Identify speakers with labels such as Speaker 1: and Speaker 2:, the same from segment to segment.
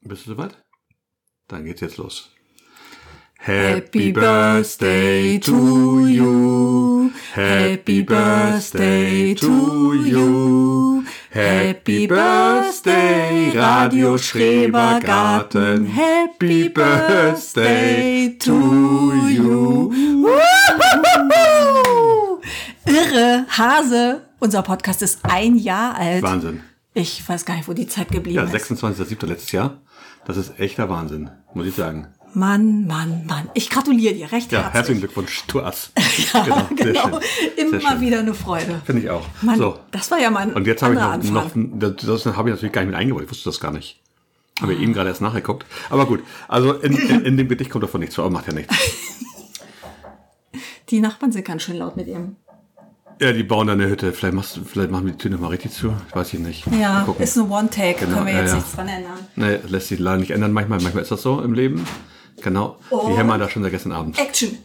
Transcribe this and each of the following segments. Speaker 1: Bist du soweit? Dann geht's jetzt los.
Speaker 2: Happy Birthday to you. Happy Birthday to you. Happy Birthday, Radio Schrebergarten. Happy Birthday to you. Wuhuhuhu. Irre, Hase. Unser Podcast ist ein Jahr alt.
Speaker 1: Wahnsinn.
Speaker 2: Ich weiß gar nicht, wo die Zeit geblieben
Speaker 1: Ja,
Speaker 2: ist.
Speaker 1: 26.07. letztes Jahr. Das ist echter Wahnsinn, muss ich sagen.
Speaker 2: Mann, Mann, Mann. Ich gratuliere dir recht
Speaker 1: Ja, herzlichen
Speaker 2: herzlich.
Speaker 1: Glückwunsch, du Ass.
Speaker 2: Ja,
Speaker 1: sehr
Speaker 2: genau.
Speaker 1: schön. Sehr
Speaker 2: Immer
Speaker 1: schön.
Speaker 2: wieder eine Freude.
Speaker 1: Finde ich auch.
Speaker 2: Mann,
Speaker 1: so.
Speaker 2: das war ja mal ein
Speaker 1: Und jetzt habe ich
Speaker 2: anderer
Speaker 1: noch, noch das, das habe ich natürlich gar nicht mit eingebaut. Ich wusste das gar nicht. Habe ich eben gerade erst nachgeguckt. Aber gut, also in, in, in dem Gedicht kommt davon nichts, aber macht ja nichts.
Speaker 2: Die Nachbarn sind ganz schön laut mit ihm.
Speaker 1: Ja, die bauen da eine Hütte. Vielleicht, machst, du- vielleicht machen wir die Tür nochmal richtig zu. Weiß ich nicht. Mal
Speaker 2: Ja,
Speaker 1: gucken.
Speaker 2: ist ein One-Take,
Speaker 1: Genau,
Speaker 2: können wir
Speaker 1: ja,
Speaker 2: jetzt
Speaker 1: ja.
Speaker 2: nichts dran ändern.
Speaker 1: Nee, das lässt sich leider nicht ändern. Manchmal, manchmal ist das so im Leben. Genau. Die hämmern da schon seit gestern Abend.
Speaker 2: Action!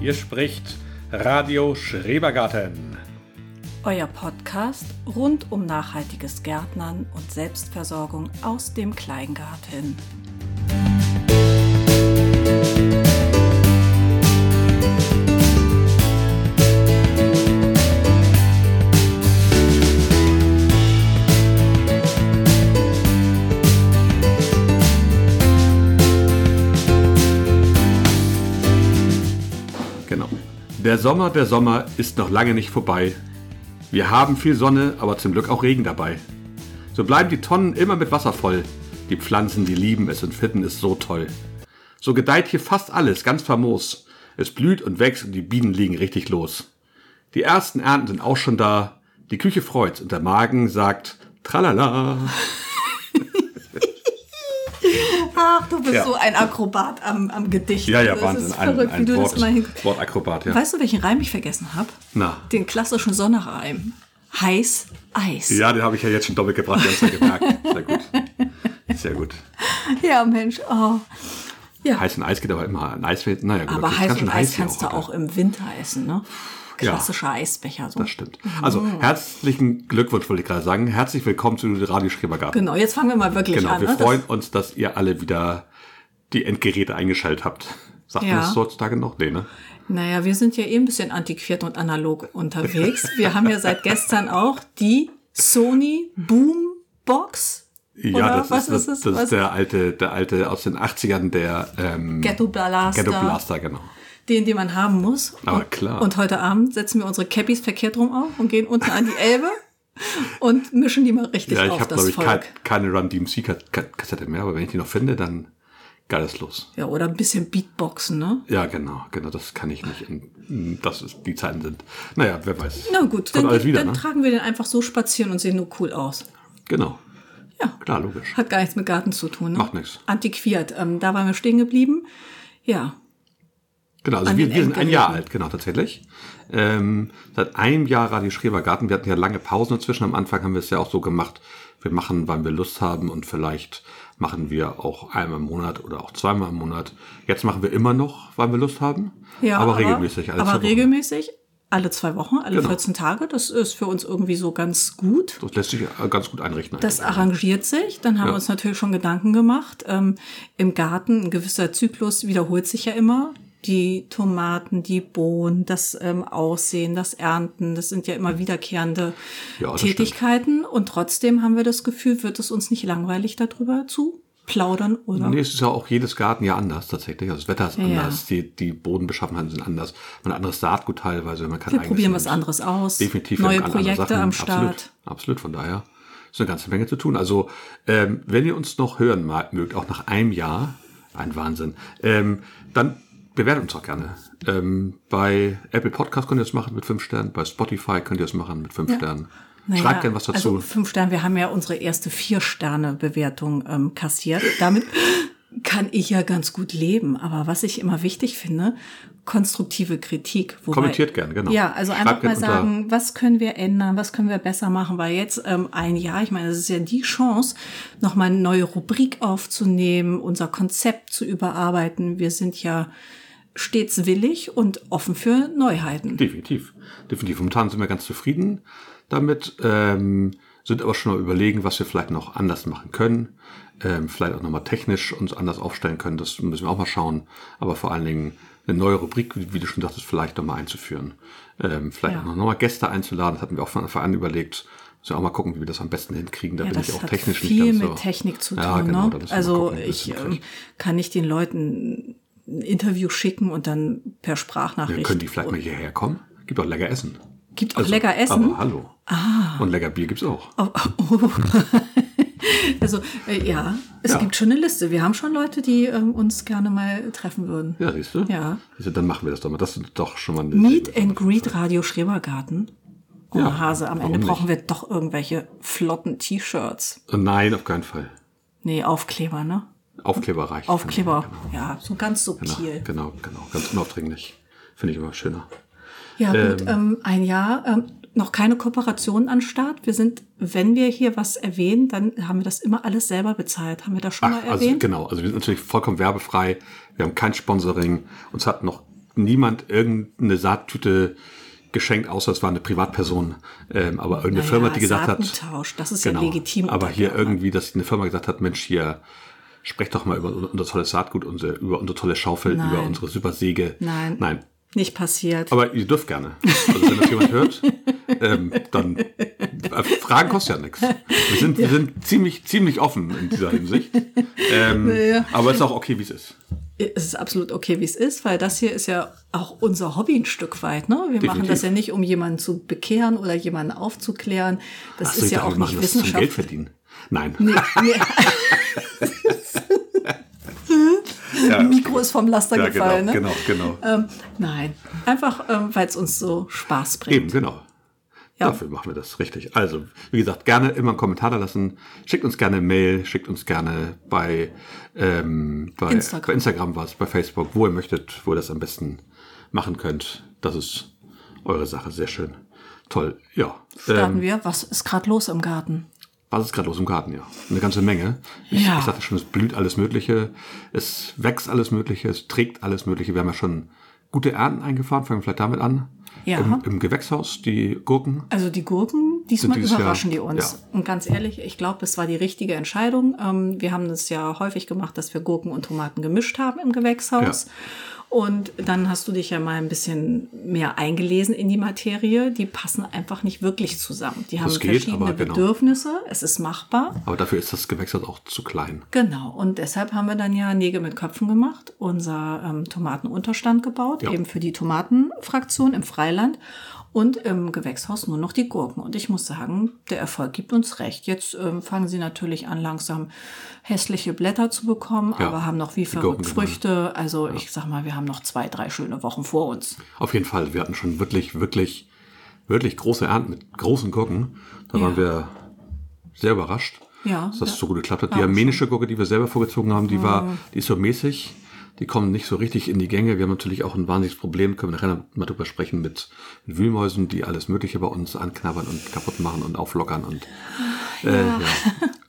Speaker 3: Hier spricht Radio Schrebergarten.
Speaker 2: Euer Podcast rund um nachhaltiges Gärtnern und Selbstversorgung aus dem Kleingarten.
Speaker 1: Genau. Der Sommer, der Sommer ist noch lange nicht vorbei. Wir haben viel Sonne, aber zum Glück auch Regen dabei. So bleiben die Tonnen immer mit Wasser voll. Die Pflanzen, die lieben es und fitten es so toll. So gedeiht hier fast alles, ganz famos. Es blüht und wächst und die Bienen liegen richtig los. Die ersten Ernten sind auch schon da. Die Küche freut's und der Magen sagt Tralala.
Speaker 2: Ach, du bist
Speaker 1: Ja.
Speaker 2: so ein Akrobat am, am Gedicht.
Speaker 1: Ja, ja,
Speaker 2: das
Speaker 1: Wahnsinn.
Speaker 2: Ist verrückt,
Speaker 1: ein
Speaker 2: wie du
Speaker 1: Wort,
Speaker 2: das mal hin
Speaker 1: Wortakrobat, ja.
Speaker 2: Weißt du, welchen Reim ich vergessen habe?
Speaker 1: Na.
Speaker 2: Den klassischen Sonnerreim. Heiß Eis.
Speaker 1: Ja, den habe ich ja jetzt schon doppelt gebracht, wir haben es ja gemerkt. Sehr gut. Sehr gut.
Speaker 2: Ja, Mensch. Oh.
Speaker 1: Heiß und Eis geht aber immer. Ein Eis wird, naja, gut, das
Speaker 2: Aber
Speaker 1: ist
Speaker 2: heiß
Speaker 1: ganz schön
Speaker 2: und Eis
Speaker 1: heiß hier
Speaker 2: kannst du
Speaker 1: heute.
Speaker 2: auch im Winter essen, ne?
Speaker 1: Ja.
Speaker 2: Klassischer Eisbecher. So.
Speaker 1: Das stimmt. Also,
Speaker 2: Oh.
Speaker 1: herzlichen Glückwunsch, wollte ich gerade sagen. Herzlich willkommen zu Radio Schrebergarten.
Speaker 2: Genau, jetzt fangen wir mal wirklich
Speaker 1: Genau,
Speaker 2: an.
Speaker 1: wir
Speaker 2: ne?
Speaker 1: freuen uns, dass ihr alle wieder die Endgeräte eingeschaltet habt. Sagt
Speaker 2: Ja.
Speaker 1: man das heutzutage noch? Nee, ne?
Speaker 2: das, naja, wir sind ja eh ein bisschen antiquiert und analog unterwegs. Wir haben ja seit gestern auch die Sony Boombox.
Speaker 1: Ja,
Speaker 2: Oder
Speaker 1: das
Speaker 2: was
Speaker 1: ist, das,
Speaker 2: ist es?
Speaker 1: das
Speaker 2: Was-
Speaker 1: ist der alte, der alte aus den 80ern, der ähm,
Speaker 2: Ghetto Blaster.
Speaker 1: Ghetto Blaster, genau.
Speaker 2: Den, den man haben muss.
Speaker 1: Aber
Speaker 2: und,
Speaker 1: klar.
Speaker 2: Und heute Abend setzen wir unsere Cappies verkehrt rum auf und gehen unten an die Elbe und mischen die mal richtig
Speaker 1: ja, ich
Speaker 2: auf,
Speaker 1: habe,
Speaker 2: das
Speaker 1: glaube ich,
Speaker 2: Volk.
Speaker 1: kein, keine Run DMC-Kassette mehr, aber wenn ich die noch finde, dann geiles los.
Speaker 2: Ja, oder ein bisschen Beatboxen, ne?
Speaker 1: Ja, genau, genau, das kann ich nicht. Und Das ist, die Zeiten sind. Naja, wer weiß.
Speaker 2: Na gut,
Speaker 1: Kommt
Speaker 2: dann,
Speaker 1: alles wieder,
Speaker 2: dann
Speaker 1: ne?
Speaker 2: tragen wir den einfach so spazieren und sehen nur cool aus.
Speaker 1: Genau.
Speaker 2: Ja.
Speaker 1: Klar, logisch.
Speaker 2: Hat gar nichts mit Garten zu tun, ne?
Speaker 1: Macht nichts.
Speaker 2: Antiquiert. Ähm, da waren wir stehen geblieben. Ja,
Speaker 1: Genau, also
Speaker 2: An
Speaker 1: wir,
Speaker 2: den
Speaker 1: wir sind ein
Speaker 2: Endgeräten.
Speaker 1: Jahr alt, genau, tatsächlich. Ähm, seit einem Jahr Radio Schrebergarten. Wir hatten ja lange Pausen dazwischen. Am Anfang haben wir es ja auch so gemacht. Wir machen, wann wir Lust haben und vielleicht machen wir auch einmal im Monat oder auch zweimal im Monat. Jetzt machen wir immer noch, wann wir Lust haben.
Speaker 2: ja
Speaker 1: aber, regelmäßig. alle
Speaker 2: Aber
Speaker 1: zwei Wochen.
Speaker 2: regelmäßig, alle zwei Wochen, alle
Speaker 1: Genau.
Speaker 2: 14 Tage. Das ist für uns irgendwie so ganz gut.
Speaker 1: Das lässt sich äh, ganz gut einrichten.
Speaker 2: Das
Speaker 1: eigentlich.
Speaker 2: arrangiert sich. Dann
Speaker 1: Genau.
Speaker 2: haben
Speaker 1: Ja.
Speaker 2: wir uns natürlich schon Gedanken gemacht. Ähm, Im Garten ein gewisser Zyklus wiederholt sich ja immer. Die Tomaten, die Bohnen, das ähm, Aussehen, das Ernten, das sind ja immer wiederkehrende
Speaker 1: Ja, das
Speaker 2: Tätigkeiten. Und trotzdem haben wir das Gefühl, wird es uns nicht langweilig darüber zu plaudern oder?
Speaker 1: Nee, es ist ja auch jedes Gartenjahr anders tatsächlich. Also das Wetter ist
Speaker 2: Ja.
Speaker 1: anders, die, die Bodenbeschaffenheiten sind anders, man hat anderes Saatgut teilweise, man kann
Speaker 2: wir
Speaker 1: eigenes
Speaker 2: probieren was
Speaker 1: nehmen.
Speaker 2: anderes aus.
Speaker 1: Definitiv wir
Speaker 2: Neue
Speaker 1: haben ganz andere
Speaker 2: Projekte
Speaker 1: Sachen.
Speaker 2: am Start.
Speaker 1: Absolut, absolut, von daher ist eine ganze Menge zu tun. Also, ähm, wenn ihr uns noch hören mag, mögt, auch nach einem Jahr, ein Wahnsinn, ähm, dann bewertet uns auch gerne. Ähm, bei Apple Podcast könnt ihr es machen mit fünf Sternen, bei Spotify könnt ihr es machen mit fünf Sternen.
Speaker 2: Naja,
Speaker 1: Schreibt gerne was dazu.
Speaker 2: Also fünf Sterne, wir haben ja unsere erste Vier-Sterne-Bewertung ähm, kassiert. Damit kann ich ja ganz gut leben. Aber was ich immer wichtig finde, konstruktive Kritik. Wobei,
Speaker 1: Kommentiert gerne, genau.
Speaker 2: Ja, also
Speaker 1: Schreibt
Speaker 2: einfach mal
Speaker 1: gerne unter-
Speaker 2: sagen, was können wir ändern, was können wir besser machen, weil jetzt ähm, ein Jahr, ich meine, das ist ja die Chance, nochmal eine neue Rubrik aufzunehmen, unser Konzept zu überarbeiten. Wir sind ja stets willig und offen für Neuheiten.
Speaker 1: Genau, Definitiv. Definitiv. Momentan sind wir ganz zufrieden damit, ähm, sind aber schon mal überlegen, was wir vielleicht noch anders machen können. Ähm, vielleicht auch nochmal technisch uns anders aufstellen können. Das müssen wir auch mal schauen. Aber vor allen Dingen eine neue Rubrik, wie wie du schon sagtest, vielleicht nochmal einzuführen. Ähm, vielleicht
Speaker 2: Ja.
Speaker 1: auch nochmal Gäste einzuladen. Das hatten wir auch von Anfang an überlegt. Müssen wir auch mal gucken, wie wir das am besten hinkriegen. Da
Speaker 2: Ja,
Speaker 1: bin
Speaker 2: das
Speaker 1: ich auch
Speaker 2: hat
Speaker 1: technisch
Speaker 2: viel
Speaker 1: nicht ganz
Speaker 2: mit
Speaker 1: so.
Speaker 2: Technik zu tun.
Speaker 1: Ja, genau, da
Speaker 2: ne?
Speaker 1: müssen wir
Speaker 2: Also
Speaker 1: mal gucken, wie wir das
Speaker 2: ich ähm,
Speaker 1: hinkriegen.
Speaker 2: kann nicht den Leuten ein Interview schicken und dann per Sprachnachricht.
Speaker 1: Ja, können die vielleicht mal hierher kommen? Gibt auch lecker Essen.
Speaker 2: Gibt auch lecker Essen? Ah.
Speaker 1: Aber hallo. Und lecker Bier gibt's auch.
Speaker 2: Oh, oh. also äh, ja, es
Speaker 1: Ja.
Speaker 2: gibt schon eine Liste. Wir haben schon Leute, die ähm, uns gerne mal treffen würden.
Speaker 1: Ja, siehst du?
Speaker 2: Ja.
Speaker 1: Siehst du, dann machen wir das doch mal. Das ist doch schon mal eine
Speaker 2: Meet and Greet Radio Schrebergarten. Oh
Speaker 1: Ja,
Speaker 2: Hase, am
Speaker 1: warum
Speaker 2: Ende brauchen
Speaker 1: nicht?
Speaker 2: wir doch irgendwelche flotten T-Shirts.
Speaker 1: Oh Nein, auf keinen Fall.
Speaker 2: Nee, Aufkleber, ne?
Speaker 1: Aufkleber reicht.
Speaker 2: Aufkleber. Ja, so ganz
Speaker 1: Genau,
Speaker 2: subtil.
Speaker 1: genau, genau. Ganz unaufdringlich. Finde ich immer schöner. Genau.
Speaker 2: Ja, gut, ähm, ein Jahr. Ähm, noch keine Kooperation an Start. Wir sind, wenn wir hier was erwähnen, dann haben wir das immer alles selber bezahlt. Haben wir das schon mal
Speaker 1: also
Speaker 2: erwähnt?
Speaker 1: genau. Also wir sind natürlich vollkommen werbefrei. Wir haben kein Sponsoring. Uns hat noch niemand irgendeine Saattüte geschenkt, außer es war eine Privatperson. Ähm, aber irgendeine Firma, die gesagt hat,
Speaker 2: Saatentausch, das ist
Speaker 1: genau.
Speaker 2: ja legitim.
Speaker 1: aber hier
Speaker 2: irgendwie
Speaker 1: irgendwie, dass eine Firma gesagt hat, Mensch, hier sprecht doch mal über unser tolles Saatgut, unser, über unsere tolle Schaufel,
Speaker 2: Nein.
Speaker 1: über unsere super Säge.
Speaker 2: Nein.
Speaker 1: Nein,
Speaker 2: Nicht passiert.
Speaker 1: Aber ihr dürft gerne. Also wenn das jemand hört, ähm, dann äh, Fragen kostet ja nichts. Wir sind, wir sind ziemlich, ziemlich offen in dieser Hinsicht. Ähm, Aber es ist auch okay, wie es ist.
Speaker 2: es ist absolut okay, wie es ist, weil das hier ist ja auch unser Hobby ein Stück weit. Ne? Wir machen das
Speaker 1: Definitiv.
Speaker 2: ja nicht, um jemanden zu bekehren oder jemanden aufzuklären. Das
Speaker 1: Ach so,
Speaker 2: ist
Speaker 1: ich
Speaker 2: ja
Speaker 1: dachte,
Speaker 2: auch
Speaker 1: wir
Speaker 2: nicht
Speaker 1: machen das zum
Speaker 2: Wissenschaft.
Speaker 1: Geld verdienen. Nein.
Speaker 2: Nee, Mikro ist vom Laster
Speaker 1: ja,
Speaker 2: gefallen.
Speaker 1: genau,
Speaker 2: ne?
Speaker 1: genau, genau.
Speaker 2: Ähm, nein, einfach, ähm, weil es uns so Spaß bringt.
Speaker 1: Eben, genau.
Speaker 2: Ja.
Speaker 1: Dafür machen wir das richtig. Also, wie gesagt, gerne immer einen Kommentar da lassen. Schickt uns gerne eine Mail, schickt uns gerne bei, ähm, bei,
Speaker 2: Instagram.
Speaker 1: bei Instagram was, bei Facebook, wo ihr möchtet, wo ihr das am besten machen könnt. Das ist eure Sache. Sehr schön. Toll. Ja.
Speaker 2: Starten
Speaker 1: Ähm,
Speaker 2: wir. Was ist gerade los im Garten?
Speaker 1: was ist gerade los im Garten? Ja. Eine ganze Menge. Ich,
Speaker 2: Ja.
Speaker 1: ich sagte schon, es blüht alles Mögliche. Es wächst alles Mögliche. Es trägt alles Mögliche. Wir haben ja schon gute Ernten eingefahren. Fangen wir vielleicht damit an.
Speaker 2: Ja.
Speaker 1: Im, Im Gewächshaus, die Gurken.
Speaker 2: Also die Gurken, diesmal
Speaker 1: Sind dieses
Speaker 2: überraschen
Speaker 1: Jahr-
Speaker 2: die uns.
Speaker 1: ja.
Speaker 2: Und ganz ehrlich, ich glaube, es war die richtige Entscheidung. Ähm, wir haben das ja häufig gemacht, dass wir Gurken und Tomaten gemischt haben im Gewächshaus.
Speaker 1: Ja.
Speaker 2: Und dann hast du dich ja mal ein bisschen mehr eingelesen in die Materie. Die passen einfach nicht wirklich zusammen. Die haben
Speaker 1: geht,
Speaker 2: verschiedene
Speaker 1: aber genau.
Speaker 2: Bedürfnisse. Es ist machbar.
Speaker 1: Aber dafür ist das Gewächshaus auch zu klein.
Speaker 2: Genau, und deshalb haben wir dann ja Nägel mit Köpfen gemacht, unser ähm, Tomatenunterstand gebaut,
Speaker 1: Ja.
Speaker 2: eben für die Tomatenfraktion im Freiland und im Gewächshaus nur noch die Gurken. Und ich muss sagen, der Erfolg gibt uns recht. Jetzt ähm, fangen sie natürlich an, langsam hässliche Blätter zu bekommen,
Speaker 1: Ja,
Speaker 2: aber haben noch wie
Speaker 1: Gurken
Speaker 2: verrückt
Speaker 1: sind alle-
Speaker 2: Früchte. Also ich sag mal, wir haben noch zwei, drei schöne Wochen vor uns.
Speaker 1: Auf jeden Fall, wir hatten schon wirklich, wirklich, wirklich große Ernten mit großen Gurken. Da
Speaker 2: Ja.
Speaker 1: waren wir sehr überrascht,
Speaker 2: Ja,
Speaker 1: dass das
Speaker 2: ja.
Speaker 1: so gut geklappt hat. Die armenische Gurke, die wir selber vorgezogen haben, die war, die ist so mäßig. Die kommen nicht so richtig in die Gänge. Wir haben natürlich auch ein wahnsinniges Problem, können wir nachher mal drüber sprechen, mit, mit Wühlmäusen, die alles Mögliche bei uns anknabbern und kaputt machen und auflockern und äh, ja.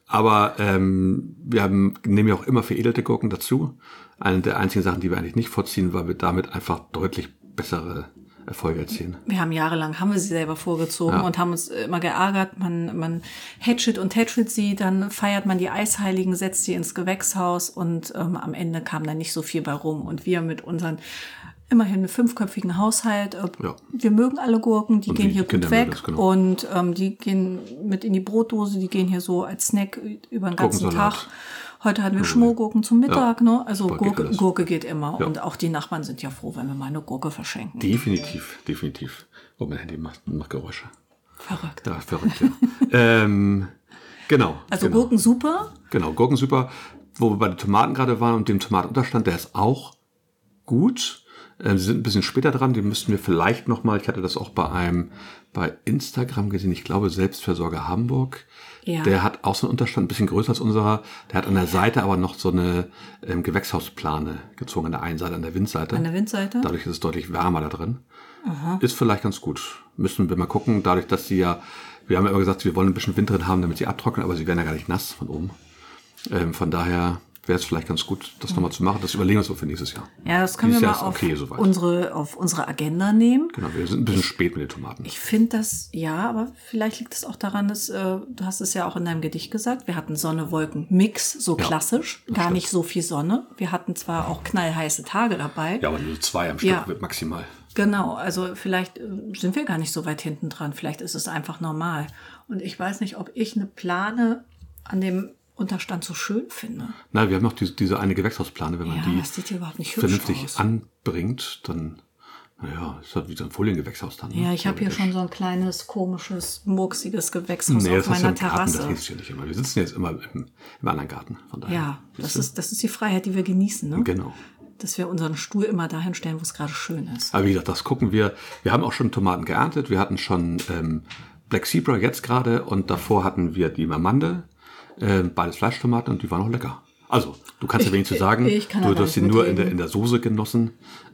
Speaker 1: Aber ähm, wir haben, nehmen ja auch immer veredelte Gurken dazu. Eine der einzigen Sachen, die wir eigentlich nicht vorziehen, weil wir damit einfach deutlich bessere Erfolge erzielen.
Speaker 2: wir haben jahrelang, haben wir sie selber vorgezogen
Speaker 1: Ja.
Speaker 2: und haben uns immer geärgert. Man, man hatchet und hatchet sie, dann feiert man die Eisheiligen, setzt sie ins Gewächshaus und ähm, am Ende kam dann nicht so viel bei rum. Und wir mit unseren immerhin einem fünfköpfigen Haushalt, äh,
Speaker 1: Ja.
Speaker 2: wir mögen alle Gurken, die
Speaker 1: Und
Speaker 2: gehen
Speaker 1: die
Speaker 2: hier gut
Speaker 1: Kinder mögen
Speaker 2: weg
Speaker 1: das, genau.
Speaker 2: und ähm, die gehen mit in die Brotdose, die gehen hier so als Snack über den ganzen
Speaker 1: Gurkensalat.
Speaker 2: Tag. Heute hatten wir Schmorgurken zum Mittag, ne? Also
Speaker 1: Bald geht
Speaker 2: Gurke,
Speaker 1: alles.
Speaker 2: Gurke geht immer.
Speaker 1: Ja.
Speaker 2: Und auch die Nachbarn sind ja froh, wenn wir mal eine Gurke verschenken.
Speaker 1: Definitiv, definitiv. Oh, mein Handy macht, macht Geräusche.
Speaker 2: Verrückt.
Speaker 1: Ja, verrückt, ja. ähm, Genau.
Speaker 2: Also
Speaker 1: genau.
Speaker 2: Gurken super.
Speaker 1: Genau, Gurken super. Wo wir bei den Tomaten gerade waren und dem Tomatenunterstand, der ist auch gut. Ähm, sie sind ein bisschen später dran, die müssten wir vielleicht nochmal, ich hatte das auch bei einem, bei Instagram gesehen, ich glaube Selbstversorger Hamburg.
Speaker 2: Ja.
Speaker 1: Der hat auch so einen Unterstand, ein bisschen größer als unserer. Der hat an der Seite aber noch so eine ähm, Gewächshausplane gezogen, an der einen Seite, an der Windseite.
Speaker 2: An der Windseite.
Speaker 1: Dadurch ist es deutlich wärmer da drin. Ist vielleicht ganz gut. Müssen wir mal gucken, dadurch, dass sie ja, wir haben ja immer gesagt, wir wollen ein bisschen Wind drin haben, damit sie abtrocknen, aber sie werden ja gar nicht nass von oben. Ähm, von daher wäre es vielleicht ganz gut, das nochmal zu machen. Das überlegen wir uns so für nächstes Jahr.
Speaker 2: Ja, das können
Speaker 1: Dieses
Speaker 2: wir mal
Speaker 1: Jahr ist
Speaker 2: auf,
Speaker 1: okay soweit.
Speaker 2: unsere, auf unsere Agenda nehmen.
Speaker 1: Genau, wir sind ein bisschen spät mit den Tomaten.
Speaker 2: Ich finde das, ja, aber vielleicht liegt es auch daran, dass äh, du hast es ja auch in deinem Gedicht gesagt, wir hatten Sonne-Wolken-Mix, so
Speaker 1: Ja,
Speaker 2: klassisch,
Speaker 1: das
Speaker 2: gar
Speaker 1: stimmt.
Speaker 2: nicht so viel Sonne. Wir hatten zwar auch knallheiße Tage dabei.
Speaker 1: ja, aber nur zwei am
Speaker 2: Ja.
Speaker 1: Stück wird maximal.
Speaker 2: Genau, also vielleicht äh, sind wir gar nicht so weit hinten dran. Vielleicht ist es einfach normal. Und ich weiß nicht, ob ich eine Plane an dem Unterstand so schön finde.
Speaker 1: Na, wir haben noch diese, diese eine Gewächshausplane, wenn man
Speaker 2: Ja,
Speaker 1: die
Speaker 2: das sieht ja überhaupt nicht hübsch
Speaker 1: vernünftig
Speaker 2: aus.
Speaker 1: anbringt, dann, naja, ist halt wie so ein Foliengewächshaus dann. ne?
Speaker 2: Ja, ich habe hier
Speaker 1: Theoretisch.
Speaker 2: schon so ein kleines, komisches, murksiges Gewächshaus
Speaker 1: Nee,
Speaker 2: auf
Speaker 1: das hast du
Speaker 2: meiner
Speaker 1: im Garten, das
Speaker 2: Terrasse.
Speaker 1: hilft ja nicht immer. Wir sitzen jetzt immer im, im anderen Garten. Von daher.
Speaker 2: Ja, das
Speaker 1: Siehst du?
Speaker 2: ist, das ist die Freiheit, die wir genießen, ne?
Speaker 1: Genau.
Speaker 2: Dass wir unseren Stuhl immer dahin stellen, wo es gerade schön ist.
Speaker 1: Aber wie gesagt, das gucken wir. Wir haben auch schon Tomaten geerntet. Wir hatten schon ähm, Black Zebra jetzt gerade und davor hatten wir die Mamande. Ähm, beides Fleischtomaten und die waren auch lecker. Also, du kannst ja
Speaker 2: Ich-
Speaker 1: wenig zu sagen.
Speaker 2: ich kann halt
Speaker 1: du
Speaker 2: aber
Speaker 1: hast sie
Speaker 2: nicht
Speaker 1: nur in der,
Speaker 2: mitreden.
Speaker 1: in der Soße genossen.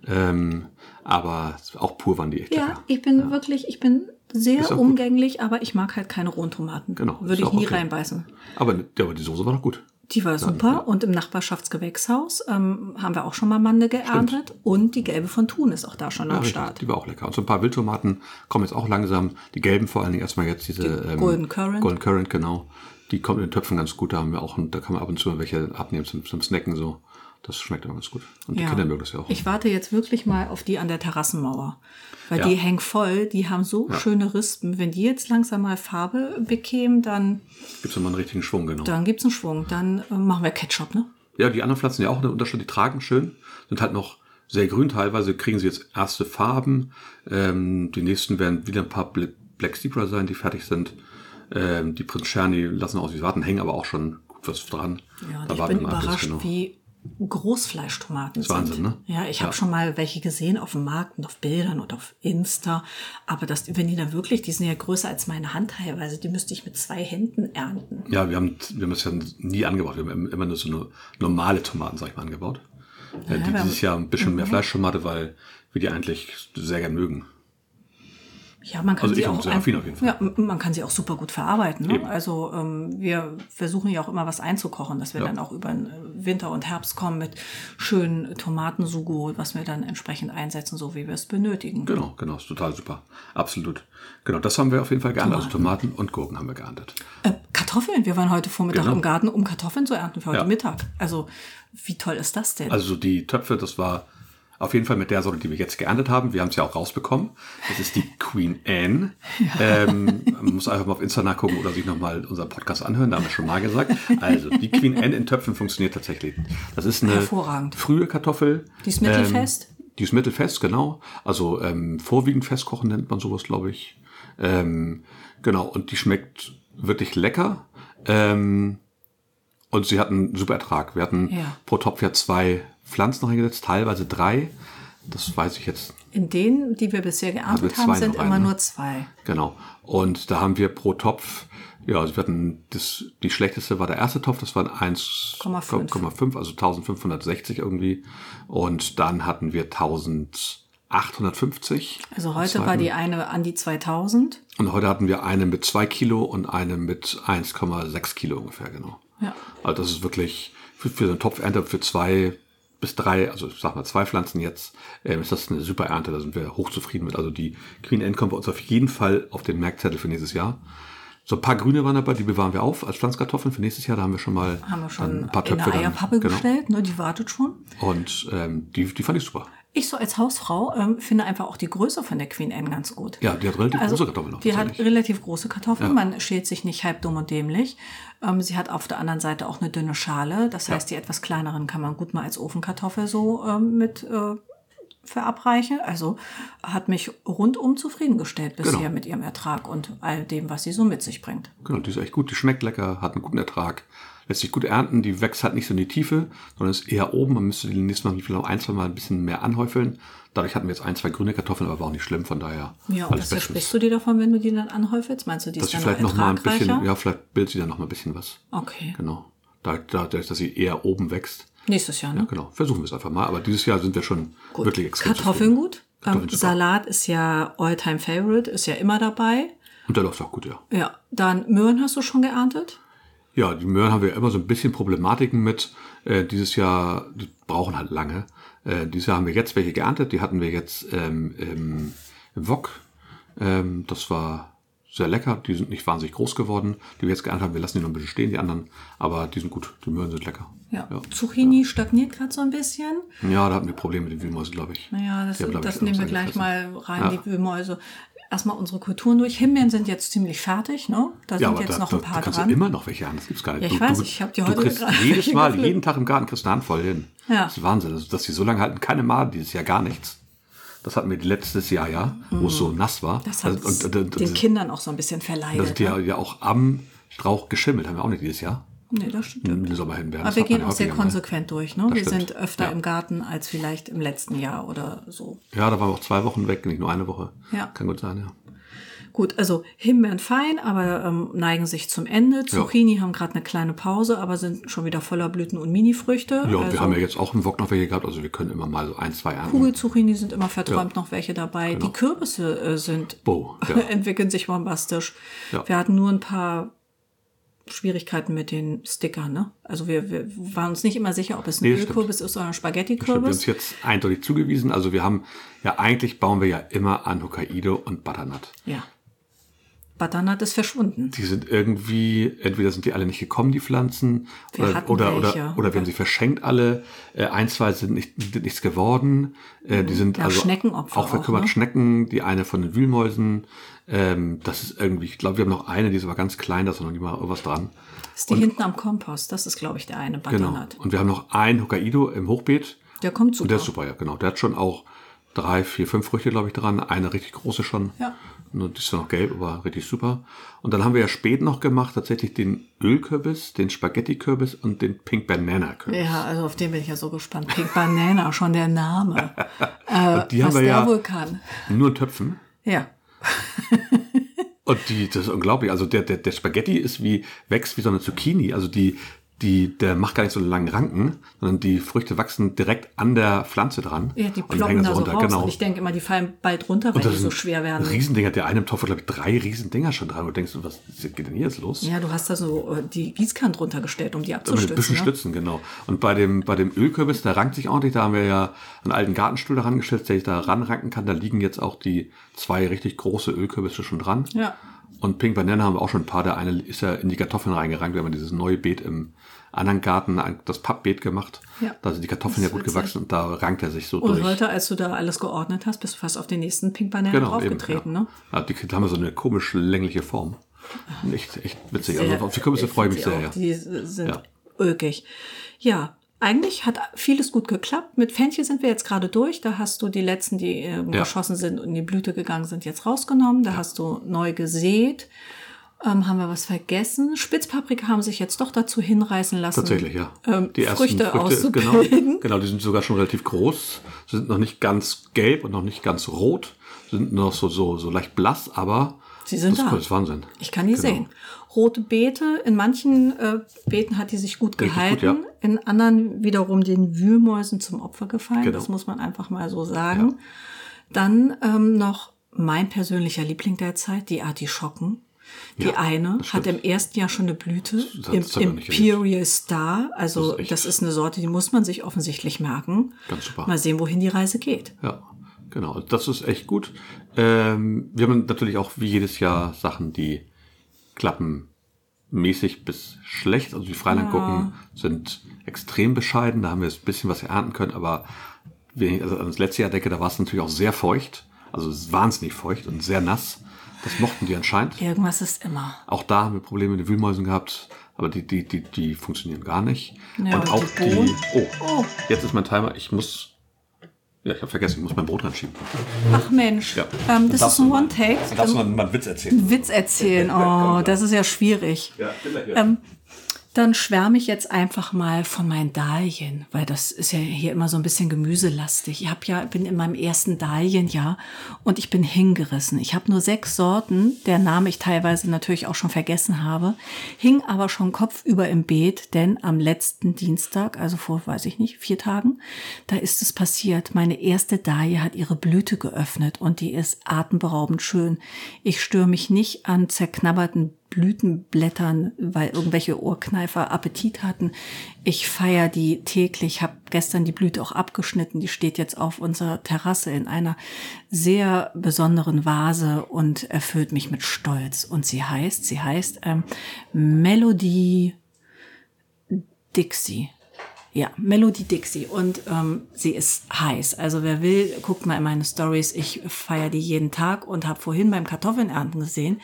Speaker 1: Ähm, aber auch pur waren die echt
Speaker 2: Ja,
Speaker 1: lecker.
Speaker 2: ich bin wirklich, ich
Speaker 1: genau.
Speaker 2: bin
Speaker 1: Ist auch
Speaker 2: sehr
Speaker 1: gut.
Speaker 2: umgänglich, aber ich mag halt keine rohen Tomaten.
Speaker 1: Genau, ist
Speaker 2: Würde ich
Speaker 1: auch
Speaker 2: nie
Speaker 1: okay.
Speaker 2: reinbeißen.
Speaker 1: Aber, ja, aber die Soße war doch gut.
Speaker 2: Die war super. Und im Nachbarschaftsgewächshaus ähm, haben wir auch schon mal Mande geerntet. Und die gelbe von Thun ist auch da schon am
Speaker 1: Ah, richtig,
Speaker 2: Start.
Speaker 1: Die war auch lecker. Und so ein paar Wildtomaten kommen jetzt auch langsam. Die gelben vor allen Dingen erstmal jetzt diese ähm,
Speaker 2: Golden Currant.
Speaker 1: Golden Currant, genau. Die kommt in den Töpfen ganz gut. Da haben wir auch, da kann man ab und zu mal welche abnehmen zum, zum Snacken so. Das schmeckt immer ganz gut. Und die Kinder mögen das ja auch.
Speaker 2: Ich warte jetzt wirklich mal auf die an der Terrassenmauer. Weil
Speaker 1: Ja.
Speaker 2: die hängen voll, die haben so schöne Rispen. Wenn die jetzt langsam mal Farbe bekämen, dann,
Speaker 1: Gibt's nochmal einen richtigen Schwung, genau.
Speaker 2: dann gibt's einen Schwung. Dann äh, machen wir Ketchup, ne?
Speaker 1: Ja, die anderen Pflanzen ja auch eine Unterschied, die tragen schön, sind halt noch sehr grün teilweise, kriegen sie jetzt erste Farben. Ähm, die nächsten werden wieder ein paar Bla- Black Zebra sein, die fertig sind. Ähm, die Prinz Czerny lassen aus wie sie warten, hängen aber auch schon gut was dran.
Speaker 2: Ja, und
Speaker 1: Da
Speaker 2: ich
Speaker 1: warten
Speaker 2: bin
Speaker 1: wir ab, bis
Speaker 2: überrascht,
Speaker 1: genau.
Speaker 2: wie Großfleischtomaten
Speaker 1: ist Wahnsinn,
Speaker 2: sind.
Speaker 1: ne?
Speaker 2: Ja, ich habe
Speaker 1: Ja.
Speaker 2: schon mal welche gesehen auf dem Markt und auf Bildern und auf Insta. Aber das, wenn die dann wirklich, die sind ja größer als meine Hand teilweise, die müsste ich mit zwei Händen ernten.
Speaker 1: Ja, wir haben, wir haben das ja nie angebaut. Wir haben immer nur so eine normale Tomaten, sag ich mal, angebaut. Äh, die
Speaker 2: wir haben- Mhm.
Speaker 1: dieses Jahr ein bisschen mehr Fleischtomate, weil wir die eigentlich sehr gern mögen.
Speaker 2: Ja, man kann
Speaker 1: Also
Speaker 2: sie
Speaker 1: ich und
Speaker 2: auch
Speaker 1: Serafin auf jeden Fall.
Speaker 2: Ja, m- man kann sie auch super gut verarbeiten.
Speaker 1: Eben.
Speaker 2: Ne? Also ähm, wir versuchen ja auch immer was einzukochen, dass wir dann auch über den äh, Winter und Herbst kommen mit schönen Tomatensugo, was wir dann entsprechend einsetzen, so wie wir es benötigen.
Speaker 1: Genau, genau, ist total super. Absolut. Genau, das haben wir auf jeden Fall geerntet. Also Tomaten und Gurken haben wir geerntet.
Speaker 2: Äh, Kartoffeln, wir waren heute Vormittag
Speaker 1: Genau.
Speaker 2: im Garten, um Kartoffeln zu ernten für heute
Speaker 1: Ja.
Speaker 2: Mittag. Also wie toll ist das denn?
Speaker 1: Also die Töpfe, das war auf jeden Fall mit der Sorte, die wir jetzt geerntet haben. Wir haben es ja auch rausbekommen. Das ist die Queen Anne. Ähm, man muss einfach mal auf Insta nachgucken oder sich nochmal unseren Podcast anhören. Da haben wir schon mal gesagt. Also die Queen Anne in Töpfen funktioniert tatsächlich. Das ist eine
Speaker 2: Hervorragend.
Speaker 1: frühe Kartoffel.
Speaker 2: Die ist mittelfest?
Speaker 1: Ähm, die ist mittelfest, genau. Also ähm, vorwiegend festkochen nennt man sowas, glaube ich. Ähm, genau, und die schmeckt wirklich lecker. Ähm, und sie hatten einen super Ertrag. Wir hatten
Speaker 2: Ja.
Speaker 1: pro Topf ja zwei Pflanzen reingesetzt, teilweise drei. Das weiß ich jetzt
Speaker 2: In denen, die wir bisher
Speaker 1: Haben
Speaker 2: geerntet
Speaker 1: wir
Speaker 2: haben,
Speaker 1: zwei
Speaker 2: sind
Speaker 1: noch rein,
Speaker 2: immer
Speaker 1: ne?
Speaker 2: nur zwei.
Speaker 1: Genau. Und da haben wir pro Topf, ja, also wir hatten das, die schlechteste war der erste Topf, das waren
Speaker 2: 1,5.
Speaker 1: 1,5, also 1560 irgendwie. Und dann hatten wir 1850.
Speaker 2: Also
Speaker 1: am
Speaker 2: heute war
Speaker 1: zweiten.
Speaker 2: die eine an die 2000.
Speaker 1: Und heute hatten wir eine mit 2 Kilo und eine mit 1,6 Kilo ungefähr, genau.
Speaker 2: Ja.
Speaker 1: Also das ist wirklich für, für so einen Topfernte für zwei bis drei, also ich sag mal zwei Pflanzen jetzt, ähm, ist das eine super Ernte. Da sind wir hochzufrieden mit. Also die Queen Anne kommt bei uns auf jeden Fall auf den Merkzettel für nächstes Jahr. So ein paar grüne waren dabei, die bewahren wir auf als Pflanzkartoffeln für nächstes Jahr. Da haben wir schon mal
Speaker 2: Haben wir
Speaker 1: dann
Speaker 2: schon
Speaker 1: ein paar
Speaker 2: in
Speaker 1: Töpfe
Speaker 2: eine
Speaker 1: dann.
Speaker 2: Eierpappe
Speaker 1: Genau.
Speaker 2: gestellt, ne? die wartet schon.
Speaker 1: Und ähm, die, die fand ich super.
Speaker 2: Ich so als Hausfrau ähm, finde einfach auch die Größe von der Queen Anne ganz gut.
Speaker 1: Ja, die hat relativ große Kartoffeln auch
Speaker 2: Also Die hat
Speaker 1: tatsächlich.
Speaker 2: relativ große Kartoffeln. Man schält sich nicht halb dumm und dämlich. Ähm, sie hat auf der anderen Seite auch eine dünne Schale. Das heißt, die etwas kleineren kann man gut mal als Ofenkartoffel so ähm, mit äh, verabreiche. Also hat mich rundum zufriedengestellt bisher
Speaker 1: Genau.
Speaker 2: mit ihrem Ertrag und all dem, was sie so mit sich bringt.
Speaker 1: Genau, die ist echt gut, die schmeckt lecker, hat einen guten Ertrag, lässt sich gut ernten, die wächst halt nicht so in die Tiefe, sondern ist eher oben. Man müsste die nächsten Mal vielleicht auch ein, zwei Mal ein bisschen mehr anhäufeln. Dadurch hatten wir jetzt ein, zwei grüne Kartoffeln, aber war auch nicht schlimm, von daher.
Speaker 2: Ja, und was
Speaker 1: bestens.
Speaker 2: versprichst du dir davon, wenn du die dann anhäufelst? Meinst du, die
Speaker 1: Dass
Speaker 2: ist
Speaker 1: sie
Speaker 2: dann
Speaker 1: vielleicht
Speaker 2: noch
Speaker 1: noch mal ein bisschen,
Speaker 2: ertragreicher?
Speaker 1: ja, vielleicht bildet sie dann noch mal ein bisschen was.
Speaker 2: Okay,
Speaker 1: Genau. Da- Dadurch, dass sie eher oben wächst.
Speaker 2: nächstes Jahr, ne?
Speaker 1: Ja, genau. Versuchen wir es einfach mal. Aber dieses Jahr sind wir schon
Speaker 2: Gut.
Speaker 1: wirklich extrem.
Speaker 2: Kartoffeln
Speaker 1: zufrieden.
Speaker 2: gut.
Speaker 1: Kartoffeln
Speaker 2: ähm,
Speaker 1: super.
Speaker 2: Salat ist ja Alltime Favorite, ist ja immer dabei.
Speaker 1: Und da läuft auch gut, ja.
Speaker 2: Ja, dann Möhren hast du schon geerntet.
Speaker 1: Ja, die Möhren haben wir immer so ein bisschen Problematiken mit. Äh, dieses Jahr, die brauchen halt lange. Äh, dieses Jahr haben wir jetzt welche geerntet. Die hatten wir jetzt ähm, im, im Wok. Ähm, das war sehr lecker. Die sind nicht wahnsinnig groß geworden. Die wir jetzt geerntet haben, wir lassen die noch ein bisschen stehen, die anderen. Aber die sind gut. Die Möhren sind lecker.
Speaker 2: Ja.
Speaker 1: Ja,
Speaker 2: Zucchini stagniert gerade so ein bisschen.
Speaker 1: Ja, da hatten wir Probleme mit den Wühlmäusen, glaube ich.
Speaker 2: Naja, das,
Speaker 1: Die haben, glaub ich,
Speaker 2: das nehmen wir
Speaker 1: irgendwas
Speaker 2: gleich mal rein,
Speaker 1: Ja.
Speaker 2: die Wühlmäuse. Erstmal unsere Kulturen durch. Himbeeren sind jetzt ziemlich fertig, ne? Da
Speaker 1: Ja,
Speaker 2: sind
Speaker 1: aber
Speaker 2: jetzt
Speaker 1: da,
Speaker 2: noch
Speaker 1: da,
Speaker 2: ein paar
Speaker 1: da kannst
Speaker 2: dran.
Speaker 1: du immer noch welche an. Das gibt's gar nicht.
Speaker 2: Ja, ich
Speaker 1: du,
Speaker 2: weiß,
Speaker 1: du,
Speaker 2: ich hab die
Speaker 1: Du
Speaker 2: heute
Speaker 1: kriegst
Speaker 2: gerade
Speaker 1: jedes Mal,
Speaker 2: gefüllt.
Speaker 1: jeden Tag im Garten kriegst du eine Handvoll hin.
Speaker 2: Ja.
Speaker 1: Das ist Wahnsinn, also, dass die so lange halten. Keine Made dieses Jahr gar nichts. Das hatten wir letztes Jahr ja, wo es so nass war.
Speaker 2: Hm. Das hat
Speaker 1: also, und, und,
Speaker 2: den
Speaker 1: und,
Speaker 2: Kindern auch so ein bisschen
Speaker 1: da
Speaker 2: verleidet. ne?
Speaker 1: sind die ja, ja auch am Strauch geschimmelt, haben wir auch nicht dieses Jahr.
Speaker 2: Nee, das stimmt.
Speaker 1: Im Sommer hinbeeren.
Speaker 2: Aber
Speaker 1: Das
Speaker 2: wir
Speaker 1: hat man
Speaker 2: gehen auch
Speaker 1: häufiger
Speaker 2: sehr
Speaker 1: mal.
Speaker 2: konsequent durch, ne?
Speaker 1: Das
Speaker 2: Wir
Speaker 1: stimmt.
Speaker 2: sind öfter
Speaker 1: Ja.
Speaker 2: im Garten als vielleicht im letzten Jahr oder so.
Speaker 1: Ja, da waren wir auch zwei Wochen weg, nicht nur eine Woche.
Speaker 2: Ja.
Speaker 1: Kann gut sein, ja.
Speaker 2: Gut, also Himbeeren fein, aber ähm, neigen sich zum Ende. Zucchini haben gerade eine kleine Pause, aber sind schon wieder voller Blüten und Minifrüchte.
Speaker 1: Ja, und
Speaker 2: also,
Speaker 1: wir haben ja jetzt auch im Wok noch welche gehabt, also wir können immer mal so ein, zwei ernten.
Speaker 2: Kugelzucchini sind immer verträumt noch welche dabei.
Speaker 1: Genau.
Speaker 2: Die Kürbisse äh, sind
Speaker 1: Oh, ja.
Speaker 2: entwickeln sich bombastisch.
Speaker 1: Ja.
Speaker 2: Wir hatten nur ein paar Schwierigkeiten mit den Stickern, ne? Also wir, wir waren uns nicht immer sicher, ob es ein
Speaker 1: Nee, das stimmt.
Speaker 2: Ölkürbis ist oder ein
Speaker 1: Stimmt, wir haben es
Speaker 2: Spaghetti-Kürbis.
Speaker 1: jetzt eindeutig zugewiesen. Also wir haben ja eigentlich bauen wir ja immer an Hokkaido und Butternut.
Speaker 2: Ja. Butternut ist verschwunden.
Speaker 1: Die sind irgendwie, entweder sind die alle nicht gekommen, die Pflanzen,
Speaker 2: Wir
Speaker 1: oder,
Speaker 2: hatten
Speaker 1: oder,
Speaker 2: welche.
Speaker 1: oder, oder wir haben sie verschenkt alle. Äh, ein, zwei sind, nicht, sind nichts geworden. Äh, die sind
Speaker 2: Ja,
Speaker 1: also
Speaker 2: Mhm. Schneckenopfer
Speaker 1: auch verkümmert.
Speaker 2: auch, ne?
Speaker 1: Schnecken, die eine von den Wühlmäusen. Ähm, das ist irgendwie, ich glaube, wir haben noch eine, die ist aber ganz klein, da ist noch nicht mal irgendwas dran.
Speaker 2: Ist die hinten am Kompost? Das ist, glaube ich, der eine
Speaker 1: Genau.
Speaker 2: Butternut.
Speaker 1: Und wir haben noch einen Hokkaido im Hochbeet.
Speaker 2: Der kommt
Speaker 1: Und
Speaker 2: super.
Speaker 1: der ist super, ja, genau. Der hat schon auch drei, vier, fünf Früchte, glaube ich, dran. Eine richtig große schon.
Speaker 2: Ja.
Speaker 1: Und Die ist ja noch gelb, aber richtig super. Und dann haben wir ja spät noch gemacht, tatsächlich den Ölkürbis, den Spaghetti-Kürbis und den Pink Banana-Kürbis.
Speaker 2: Ja, also auf den bin ich ja so gespannt. Pink Banana, schon der Name. äh,
Speaker 1: die haben
Speaker 2: was
Speaker 1: wir
Speaker 2: der
Speaker 1: ja-
Speaker 2: wohl kann.
Speaker 1: Nur in Töpfen.
Speaker 2: Ja.
Speaker 1: Und die, das ist unglaublich. Also der, der, der Spaghetti ist wie, wächst wie so eine Zucchini. Also die, die, der macht gar nicht so einen langen Ranken, sondern die Früchte wachsen direkt an der Pflanze dran.
Speaker 2: ja, die
Speaker 1: und
Speaker 2: ploppen da so raus.
Speaker 1: Genau.
Speaker 2: Und ich denke immer, die fallen bald runter, wenn
Speaker 1: Und das
Speaker 2: die so
Speaker 1: sind
Speaker 2: schwer werden.
Speaker 1: Riesendinger, der eine im Topf hat, glaube ich, drei Riesendinger schon dran. Und du denkst, was geht denn hier jetzt los?
Speaker 2: Ja, du hast da so äh, die Gießkant runtergestellt, um die
Speaker 1: Mit ein bisschen
Speaker 2: abzustützen. Ne?
Speaker 1: stützen, genau. Und bei dem, bei dem Ölkürbis, der rankt sich ordentlich. Da haben wir ja einen alten Gartenstuhl daran gestellt, der sich da ranranken kann. Da liegen jetzt auch die zwei richtig große Ölkürbisse schon dran.
Speaker 2: Ja.
Speaker 1: Und Pink Banana haben wir auch schon ein paar. Der eine ist ja in die Kartoffeln reingerankt. Wir haben ja dieses neue Beet im anderen Garten, ein- das Pappbeet gemacht.
Speaker 2: Ja.
Speaker 1: Da sind die Kartoffeln
Speaker 2: Das
Speaker 1: ja
Speaker 2: ist
Speaker 1: gut
Speaker 2: witzig.
Speaker 1: gewachsen und da rankt er sich so
Speaker 2: Und
Speaker 1: durch.
Speaker 2: heute, als du da alles geordnet hast, bist du fast auf den nächsten Pink Banana draufgetreten.
Speaker 1: Genau, ja.
Speaker 2: Ne?
Speaker 1: Ja, die Kinder haben so eine komisch längliche Form. Echt, echt witzig. Also auf die Kürbisse
Speaker 2: ich
Speaker 1: freue ich mich sehr.
Speaker 2: find sie
Speaker 1: Ja.
Speaker 2: auch. Die sind
Speaker 1: Ja.
Speaker 2: ulkig. Ja, eigentlich hat vieles gut geklappt. Mit Fenchel sind wir jetzt gerade durch. Da hast du die letzten, die ähm,
Speaker 1: Ja.
Speaker 2: geschossen sind und in die Blüte gegangen sind, jetzt rausgenommen. Da hast du neu gesät. Ähm, haben wir was vergessen? Spitzpaprika haben sich jetzt doch dazu hinreißen lassen.
Speaker 1: Tatsächlich, ja.
Speaker 2: Ähm,
Speaker 1: die ersten
Speaker 2: Früchte, auszubilden.
Speaker 1: genau, genau, die sind sogar schon relativ groß. Sie sind noch nicht ganz gelb und noch nicht ganz rot. Sind noch so, so, so leicht blass, aber
Speaker 2: Sie sind
Speaker 1: das
Speaker 2: da.
Speaker 1: ist das Wahnsinn.
Speaker 2: Ich kann die
Speaker 1: Genau.
Speaker 2: sehen. Rote Beete, in manchen äh, Beeten hat die sich gut
Speaker 1: Richtig
Speaker 2: gehalten,
Speaker 1: gut, ja.
Speaker 2: in anderen wiederum den Wühlmäusen zum Opfer gefallen.
Speaker 1: Genau.
Speaker 2: Das muss man einfach mal so sagen. Dann ähm, noch mein persönlicher Liebling derzeit, die Artischocken. Die
Speaker 1: Ja,
Speaker 2: eine
Speaker 1: das
Speaker 2: hat
Speaker 1: stimmt.
Speaker 2: im ersten Jahr schon eine Blüte,
Speaker 1: Das
Speaker 2: im
Speaker 1: hat's aber nicht erlebt.
Speaker 2: Imperial Star. Also
Speaker 1: Das ist echt-
Speaker 2: das ist eine Sorte, die muss man sich offensichtlich merken.
Speaker 1: Ganz super.
Speaker 2: Mal sehen, wohin die Reise geht.
Speaker 1: Ja, genau. Das ist echt gut. Ähm, wir haben natürlich auch wie jedes Jahr Sachen, die klappen mäßig bis schlecht. Also die Freilandgurken sind extrem bescheiden. Da haben wir jetzt ein bisschen was ernten können, aber wenn ich also an das letzte Jahr denke, da war es natürlich auch sehr feucht. Also es ist wahnsinnig feucht und sehr nass. Das mochten die anscheinend.
Speaker 2: Irgendwas ist immer.
Speaker 1: Auch da haben wir Probleme mit den Wühlmäusen gehabt, aber die, die, die, die funktionieren gar nicht.
Speaker 2: Ja,
Speaker 1: und
Speaker 2: und
Speaker 1: auch
Speaker 2: die
Speaker 1: die.
Speaker 2: Bohnen?
Speaker 1: Oh,
Speaker 2: Oh.
Speaker 1: jetzt ist mein Timer. Ich muss. Ja, ich habe vergessen, ich muss mein Brot reinschieben.
Speaker 2: Ach Mensch,
Speaker 1: Ja.
Speaker 2: ähm, das ist ein One-Take.
Speaker 1: Darfst du
Speaker 2: Ähm,
Speaker 1: mal, mal einen Witz erzählen?
Speaker 2: Witz erzählen, oh, das ist ja schwierig.
Speaker 1: Ja,
Speaker 2: Ähm, dann schwärme ich jetzt einfach mal von meinen Dahlien, weil das ist ja hier immer so ein bisschen gemüselastig. Ich hab ja, bin in meinem ersten Dahlienjahr und ich bin hingerissen. Ich habe nur sechs Sorten, der Name ich teilweise natürlich auch schon vergessen habe, hing aber schon kopfüber im Beet, denn am letzten Dienstag, also vor, weiß ich nicht, vier Tagen, da ist es passiert. Meine erste Dahlie hat ihre Blüte geöffnet und die ist atemberaubend schön. Ich störe mich nicht an zerknabberten Blütenblättern, weil irgendwelche Ohrkneifer Appetit hatten. Ich feier die täglich, habe gestern die Blüte auch abgeschnitten. Die steht jetzt auf unserer Terrasse in einer sehr besonderen Vase und erfüllt mich mit Stolz. Und sie heißt, sie heißt ähm, Melodie Dixie. Ja, Melody Dixie. Und ähm, sie ist heiß. Also wer will, guckt mal in meine Stories. Ich feiere die jeden Tag und habe vorhin beim Kartoffelnernten gesehen,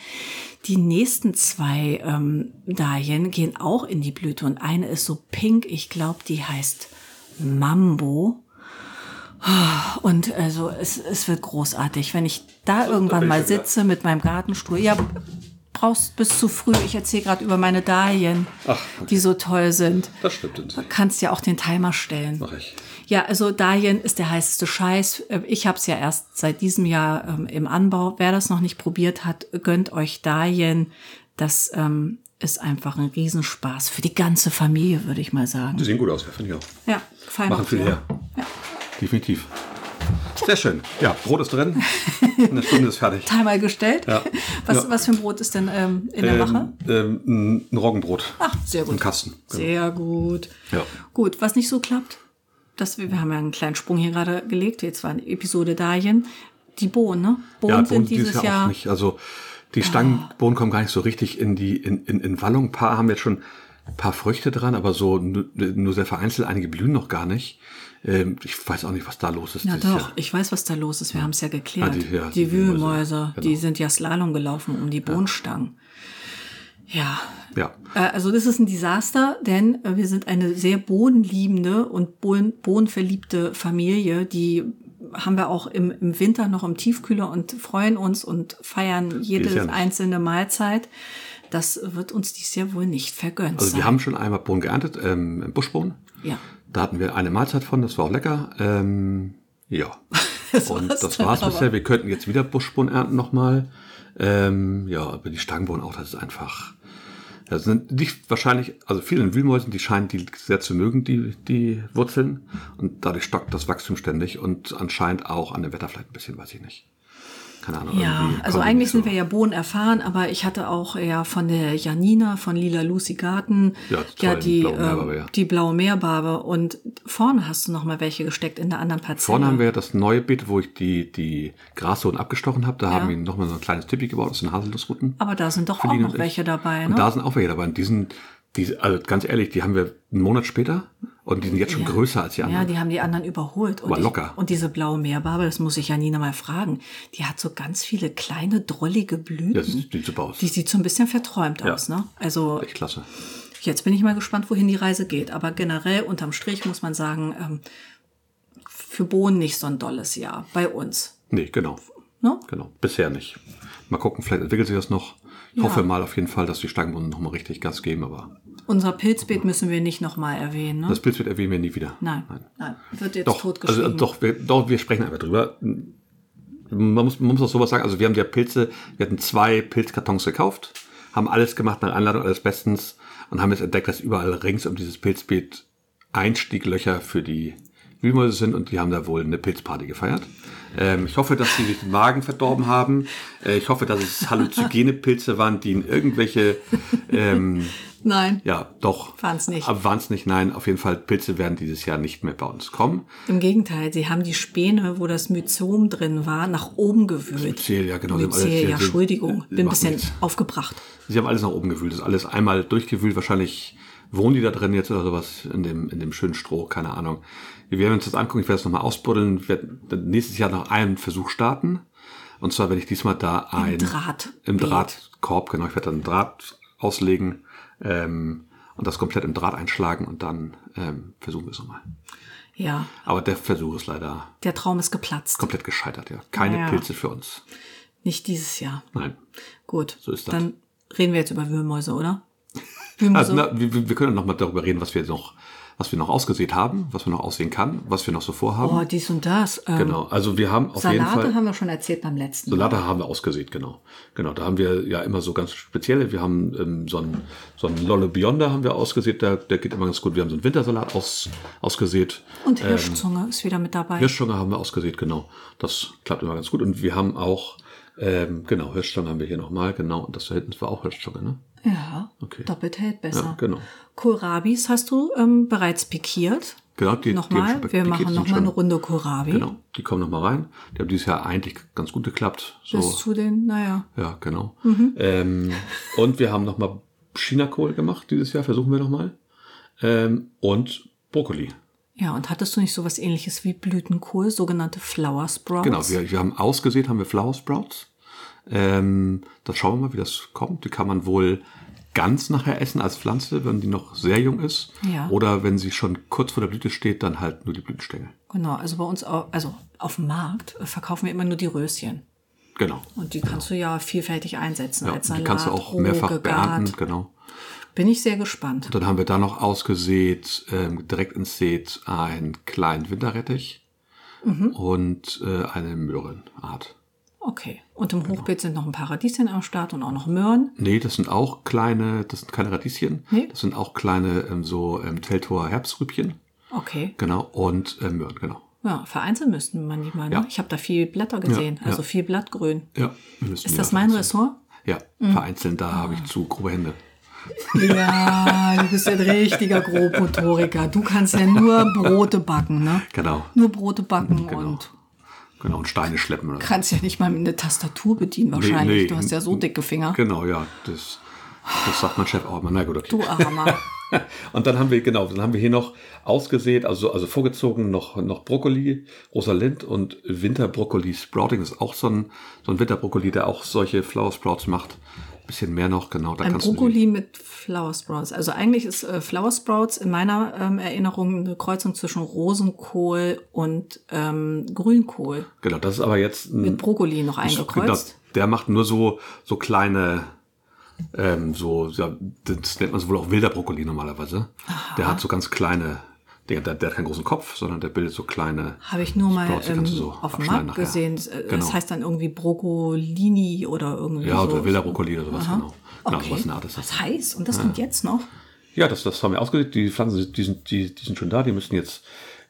Speaker 2: die nächsten zwei ähm, Dahlien gehen auch in die Blüte. Und eine ist so pink, ich glaube, die heißt Mambo. Und also es, es wird großartig, wenn ich da irgendwann mal sitze mit meinem Gartenstuhl. Ja, brauchst bis zu früh. Ich erzähle gerade über meine Dahlien, die so toll sind.
Speaker 1: Das stimmt uns.
Speaker 2: Du kannst ja auch den Timer stellen.
Speaker 1: Mach ich.
Speaker 2: Ja, also Dahlien ist der heißeste Scheiß. Äh, Ich hab's ja erst seit diesem Jahr ähm, im Anbau. Wer das noch nicht probiert hat, gönnt euch Dahlien. Das ähm, ist einfach ein Riesenspaß für die ganze Familie, würde ich mal
Speaker 1: Die
Speaker 2: sagen.
Speaker 1: sehen gut aus, ja, finde ich auch.
Speaker 2: Ja, fein.
Speaker 1: Machen viel her. Definitiv. Sehr schön. Ja, Brot ist drin. Eine Stunde ist fertig.
Speaker 2: Timer gestellt.
Speaker 1: Ja.
Speaker 2: Was,
Speaker 1: Ja.
Speaker 2: was für ein Brot ist denn ähm, in der Mache?
Speaker 1: Ähm, ähm, ein Roggenbrot.
Speaker 2: Ach, sehr gut.
Speaker 1: Ein Kasten. Genau.
Speaker 2: Sehr gut.
Speaker 1: Ja.
Speaker 2: Gut, was nicht so klappt, das, wir wir haben ja einen kleinen Sprung hier gerade gelegt. Jetzt war eine Episode Dahlien. Die Bohnen, ne? Bohnen
Speaker 1: Ja, Bohnen
Speaker 2: sind dieses
Speaker 1: auch
Speaker 2: Jahr. Ah.
Speaker 1: nicht. Also die Stangenbohnen kommen gar nicht so richtig in die in, in, in Wallung. Ein paar haben jetzt schon ein paar Früchte dran, aber so nur, nur sehr vereinzelt. Einige blühen noch gar nicht. Ähm, ich weiß auch nicht, was da los ist.
Speaker 2: Ja,
Speaker 1: dieses
Speaker 2: doch,
Speaker 1: Jahr.
Speaker 2: ich weiß, was da los ist. Wir haben es ja geklärt.
Speaker 1: Ah, die-
Speaker 2: die,
Speaker 1: ja, die
Speaker 2: Wühlmäuse,
Speaker 1: Wühlmäuse,
Speaker 2: die
Speaker 1: genau.
Speaker 2: sind ja Slalom gelaufen um die Bohnenstangen. Ja.
Speaker 1: Ja.
Speaker 2: Äh, Also das ist ein Desaster, denn äh, wir sind eine sehr bodenliebende und boden- bodenverliebte Familie, die haben wir auch im, im Winter noch im Tiefkühler und freuen uns und feiern jede
Speaker 1: Jahr nicht.
Speaker 2: einzelne Mahlzeit. Das wird uns dieses Jahr wohl nicht vergönnt
Speaker 1: Also
Speaker 2: sein.
Speaker 1: wir haben schon einmal Bohnen geerntet, ähm, Buschbohnen.
Speaker 2: ja.
Speaker 1: Da hatten wir eine Mahlzeit von, das war auch lecker. Ähm, ja.
Speaker 2: Das
Speaker 1: Und
Speaker 2: war's
Speaker 1: das
Speaker 2: dann
Speaker 1: war's
Speaker 2: aber.
Speaker 1: bisher. Wir könnten jetzt wieder Buschbohnen ernten nochmal. Ähm, ja, aber die Stangenbohnen auch, das ist einfach. Das sind nicht wahrscheinlich, also vielen Wühlmäusen, die scheinen die sehr zu mögen, die, die Wurzeln. Und dadurch stockt das Wachstum ständig und anscheinend auch an dem Wetter vielleicht ein bisschen, weiß ich nicht. Keine Ahnung.
Speaker 2: Ja,
Speaker 1: irgendwie kommen
Speaker 2: also
Speaker 1: die
Speaker 2: eigentlich
Speaker 1: nicht
Speaker 2: sind wir ja Bohnen erfahren, aber ich hatte auch ja von der Janina, von Lila Lucy Garten,
Speaker 1: Ja,
Speaker 2: ja,
Speaker 1: tollen
Speaker 2: die,
Speaker 1: blauen
Speaker 2: ähm,
Speaker 1: Meerbarbe, ja.
Speaker 2: die blaue Meerbarbe und vorne hast du noch mal welche gesteckt in der anderen Parzelle.
Speaker 1: Vorne haben wir das neue Beet, wo ich die, die Grassohlen abgestochen habe. Da haben wir
Speaker 2: Ja.
Speaker 1: nochmal so ein kleines Tipi gebaut aus den Haselnussruten.
Speaker 2: aber da sind doch auch
Speaker 1: Berlin
Speaker 2: noch
Speaker 1: und ich.
Speaker 2: welche dabei,
Speaker 1: Und
Speaker 2: ne?
Speaker 1: da sind auch welche dabei. Und die sind, die, also ganz ehrlich, die haben wir einen Monat später und die sind jetzt schon
Speaker 2: Ja.
Speaker 1: größer als die
Speaker 2: Ja,
Speaker 1: anderen.
Speaker 2: die haben die anderen überholt. Und
Speaker 1: Aber
Speaker 2: ich-
Speaker 1: locker.
Speaker 2: und diese blaue Meerbarbe, das muss ich Janina mal fragen, die hat so ganz viele kleine, drollige Blüten.
Speaker 1: Ja, das sieht super aus.
Speaker 2: die sieht so ein bisschen verträumt
Speaker 1: Ja.
Speaker 2: aus, ne? Also
Speaker 1: Echt klasse.
Speaker 2: Jetzt bin ich mal gespannt, wohin die Reise geht. Aber generell unterm Strich muss man sagen, ähm, für Bohnen nicht so ein dolles Jahr bei uns.
Speaker 1: Nee, genau.
Speaker 2: Ne?
Speaker 1: Genau. Bisher nicht. Mal gucken, vielleicht entwickelt sich das noch. Ich hoffe mal auf jeden Fall, dass die Stangenbohnen nochmal richtig Gas geben, aber
Speaker 2: Unser Pilzbeet müssen wir nicht nochmal erwähnen. Ne?
Speaker 1: das Bild wird erwähnen wir nie wieder.
Speaker 2: Nein, nein, wird jetzt
Speaker 1: Doch,
Speaker 2: totgeschrieben.
Speaker 1: also, doch, wir, doch, wir sprechen einfach drüber. Man muss, man muss auch sowas sagen, also wir haben ja Pilze, wir hatten zwei Pilzkartons gekauft, haben alles gemacht nach Anleitung, alles bestens und haben jetzt entdeckt, dass überall rings um dieses Pilzbeet Einstieglöcher für die Wühlmäuse sind und die haben da wohl eine Pilzparty gefeiert. Ähm, ich hoffe, dass sie sich den Magen verdorben haben. Äh, ich hoffe, dass es halluzogene Pilze waren, die in irgendwelche ähm,
Speaker 2: Nein,
Speaker 1: ja, doch.
Speaker 2: Waren's nicht.
Speaker 1: Aber waren's nicht, nein. Auf jeden Fall, Pilze werden dieses Jahr nicht mehr bei uns kommen.
Speaker 2: im Gegenteil. Sie haben die Späne, wo das Myzom drin war, nach oben gewühlt.
Speaker 1: Myzel, ja, genau, sie haben alles-
Speaker 2: Myzel,
Speaker 1: sie-
Speaker 2: ja,
Speaker 1: sie-
Speaker 2: Entschuldigung.
Speaker 1: sie
Speaker 2: Bin ein
Speaker 1: machen
Speaker 2: bisschen
Speaker 1: nichts.
Speaker 2: aufgebracht.
Speaker 1: Sie haben alles nach oben gewühlt, das ist alles einmal durchgewühlt. Wahrscheinlich wohnen die da drin jetzt oder sowas in dem, in dem schönen Stroh, keine Ahnung. Wir werden uns das angucken, ich werde es nochmal ausbuddeln. Ich werde nächstes Jahr noch einen Versuch starten. Und zwar werde ich diesmal da ein...
Speaker 2: Draht.
Speaker 1: Im Drahtkorb, genau. Ich werde dann Draht auslegen ähm, und das komplett im Draht einschlagen und dann ähm, versuchen wir es nochmal.
Speaker 2: Ja,
Speaker 1: Aber der Versuch ist leider
Speaker 2: der Traum ist geplatzt.
Speaker 1: komplett gescheitert, ja. Keine
Speaker 2: Naja.
Speaker 1: Pilze für uns.
Speaker 2: Nicht dieses Jahr.
Speaker 1: Nein.
Speaker 2: Gut.
Speaker 1: So ist das.
Speaker 2: Dann reden wir jetzt über Wühlmäuse, oder? Wühlmäuse.
Speaker 1: Also, na, wir, wir können nochmal darüber reden, was wir noch, was wir noch ausgesät haben, was wir noch aussehen kann, was wir noch so vorhaben.
Speaker 2: oh, dies und das. Ähm,
Speaker 1: Genau, also wir haben auf jeden Fall.
Speaker 2: Salate haben wir schon erzählt beim letzten.
Speaker 1: Solata haben wir ausgesät, genau. Genau, da haben wir ja immer so ganz spezielle. Wir haben ähm, so einen, so einen Lolle Beyonder haben wir ausgesät, der, der geht immer ganz gut. Wir haben so einen Wintersalat aus, ausgesät.
Speaker 2: Und Hirschzunge ist wieder mit dabei.
Speaker 1: Hirschschonger haben wir ausgesät, genau. Das klappt immer ganz gut. Und wir haben auch, ähm, genau, Hirschschonger haben wir hier nochmal, genau. Und das da hinten war auch Hirschschonger, ne?
Speaker 2: ja,
Speaker 1: Okay.
Speaker 2: doppelt hält besser.
Speaker 1: Ja, genau.
Speaker 2: Kohlrabis hast du ähm, bereits pikiert.
Speaker 1: Genau, die,
Speaker 2: nochmal,
Speaker 1: die, die,
Speaker 2: wir
Speaker 1: die
Speaker 2: machen
Speaker 1: sind
Speaker 2: nochmal
Speaker 1: schon-
Speaker 2: eine Runde Kohlrabi.
Speaker 1: Genau, die kommen nochmal rein. Die haben dieses Jahr eigentlich ganz gut geklappt. So.
Speaker 2: Bis zu den, naja,
Speaker 1: Ja, genau.
Speaker 2: Mhm.
Speaker 1: Ähm, und wir haben nochmal Chinakohl gemacht dieses Jahr, versuchen wir nochmal. Ähm, und Brokkoli.
Speaker 2: Ja, und hattest du nicht sowas ähnliches wie Blütenkohl, sogenannte Flower Sprouts?
Speaker 1: Genau, wir, wir haben ausgesät, haben wir Flower Sprouts. Ähm, das schauen wir mal, wie das kommt. Die kann man wohl ganz nachher essen als Pflanze, wenn die noch sehr jung ist.
Speaker 2: Ja.
Speaker 1: Oder wenn sie schon kurz vor der Blüte steht, dann halt nur die Blütenstängel.
Speaker 2: Genau, also bei uns, au- also auf dem Markt äh, verkaufen wir immer nur die Röschen.
Speaker 1: Genau.
Speaker 2: Und die kannst du ja vielfältig einsetzen
Speaker 1: Ja,
Speaker 2: als
Speaker 1: die
Speaker 2: Salat,
Speaker 1: kannst du auch
Speaker 2: roh,
Speaker 1: mehrfach
Speaker 2: gegart.
Speaker 1: beernten, genau.
Speaker 2: Bin ich sehr gespannt.
Speaker 1: Dann haben wir da noch ausgesät, ähm, direkt ins Seed, einen kleinen Winterrettich
Speaker 2: Mhm.
Speaker 1: und äh, eine Möhrenart.
Speaker 2: Okay. Und im
Speaker 1: Genau.
Speaker 2: Hochbeet sind noch ein paar Radieschen am Start und auch noch Möhren.
Speaker 1: Nee, das sind auch kleine, das sind keine Radieschen,
Speaker 2: Nee.
Speaker 1: das sind auch kleine ähm, so ähm, Teltower Herbstrübchen,
Speaker 2: Okay.
Speaker 1: genau, und ähm, Möhren, genau.
Speaker 2: Ja, vereinzelt müssten man die mal. Ne?
Speaker 1: Ja.
Speaker 2: Ich habe da viel Blätter gesehen,
Speaker 1: ja.
Speaker 2: also viel Blattgrün.
Speaker 1: Ja, wir müssen
Speaker 2: Ist
Speaker 1: die
Speaker 2: das
Speaker 1: mal
Speaker 2: mein Mhm. Ah.
Speaker 1: vereinzeln.
Speaker 2: Ressort?
Speaker 1: Ja, vereinzeln, da habe ich zu grobe Hände.
Speaker 2: Ja, du bist ein richtiger Grobmotoriker. Du kannst ja nur Brote backen, ne?
Speaker 1: Genau,
Speaker 2: Nur Brote backen
Speaker 1: Genau.
Speaker 2: und
Speaker 1: genau, und Steine schleppen oder so.
Speaker 2: kannst ja nicht mal eine Tastatur bedienen wahrscheinlich.
Speaker 1: nee.
Speaker 2: Du hast ja so dicke Finger.
Speaker 1: Genau, ja, das, das sagt mein Chef auch immer. Na gut, okay.
Speaker 2: Du Armer.
Speaker 1: Und dann haben wir, genau, dann haben wir hier noch ausgesät, also, also vorgezogen noch, noch Brokkoli, Rosalind und Winterbrokkoli Sprouting ist auch so ein, so ein Winterbrokkoli, der auch solche Flower Sprouts macht. Bisschen mehr noch, genau, da
Speaker 2: Ein
Speaker 1: kannst du.
Speaker 2: Brokkoli mit Flower Sprouts. Also eigentlich ist äh, Flower Sprouts in meiner ähm, Erinnerung eine Kreuzung zwischen Rosenkohl und ähm, Grünkohl.
Speaker 1: Die, genau, das ist aber jetzt ein,
Speaker 2: Mit Brokkoli noch
Speaker 1: Genau,
Speaker 2: eingekreuzt.
Speaker 1: der macht nur so, so kleine, ähm, so, ja, das nennt man wohl auch wilder Brokkoli normalerweise. Der hat so ganz kleine, der, der, der hat keinen großen Kopf, sondern der bildet so kleine.
Speaker 2: Habe ich nur mal
Speaker 1: Sprouts, die
Speaker 2: ähm,
Speaker 1: kannst du so
Speaker 2: auf dem
Speaker 1: abschneiden
Speaker 2: Markt
Speaker 1: nachher.
Speaker 2: gesehen. Das, äh,
Speaker 1: Genau.
Speaker 2: Das heißt dann irgendwie Brokkolini oder irgendwie
Speaker 1: Ja,
Speaker 2: so.
Speaker 1: oder wilder Brokkoli oder sowas, genau. Genau,
Speaker 2: okay.
Speaker 1: sowas in der Art ist das.
Speaker 2: Was heißt? Und das kommt jetzt noch?
Speaker 1: Ja, das, das haben wir ausgesehen. Die Pflanzen sind- die sind, die, die sind schon da. Die müssen jetzt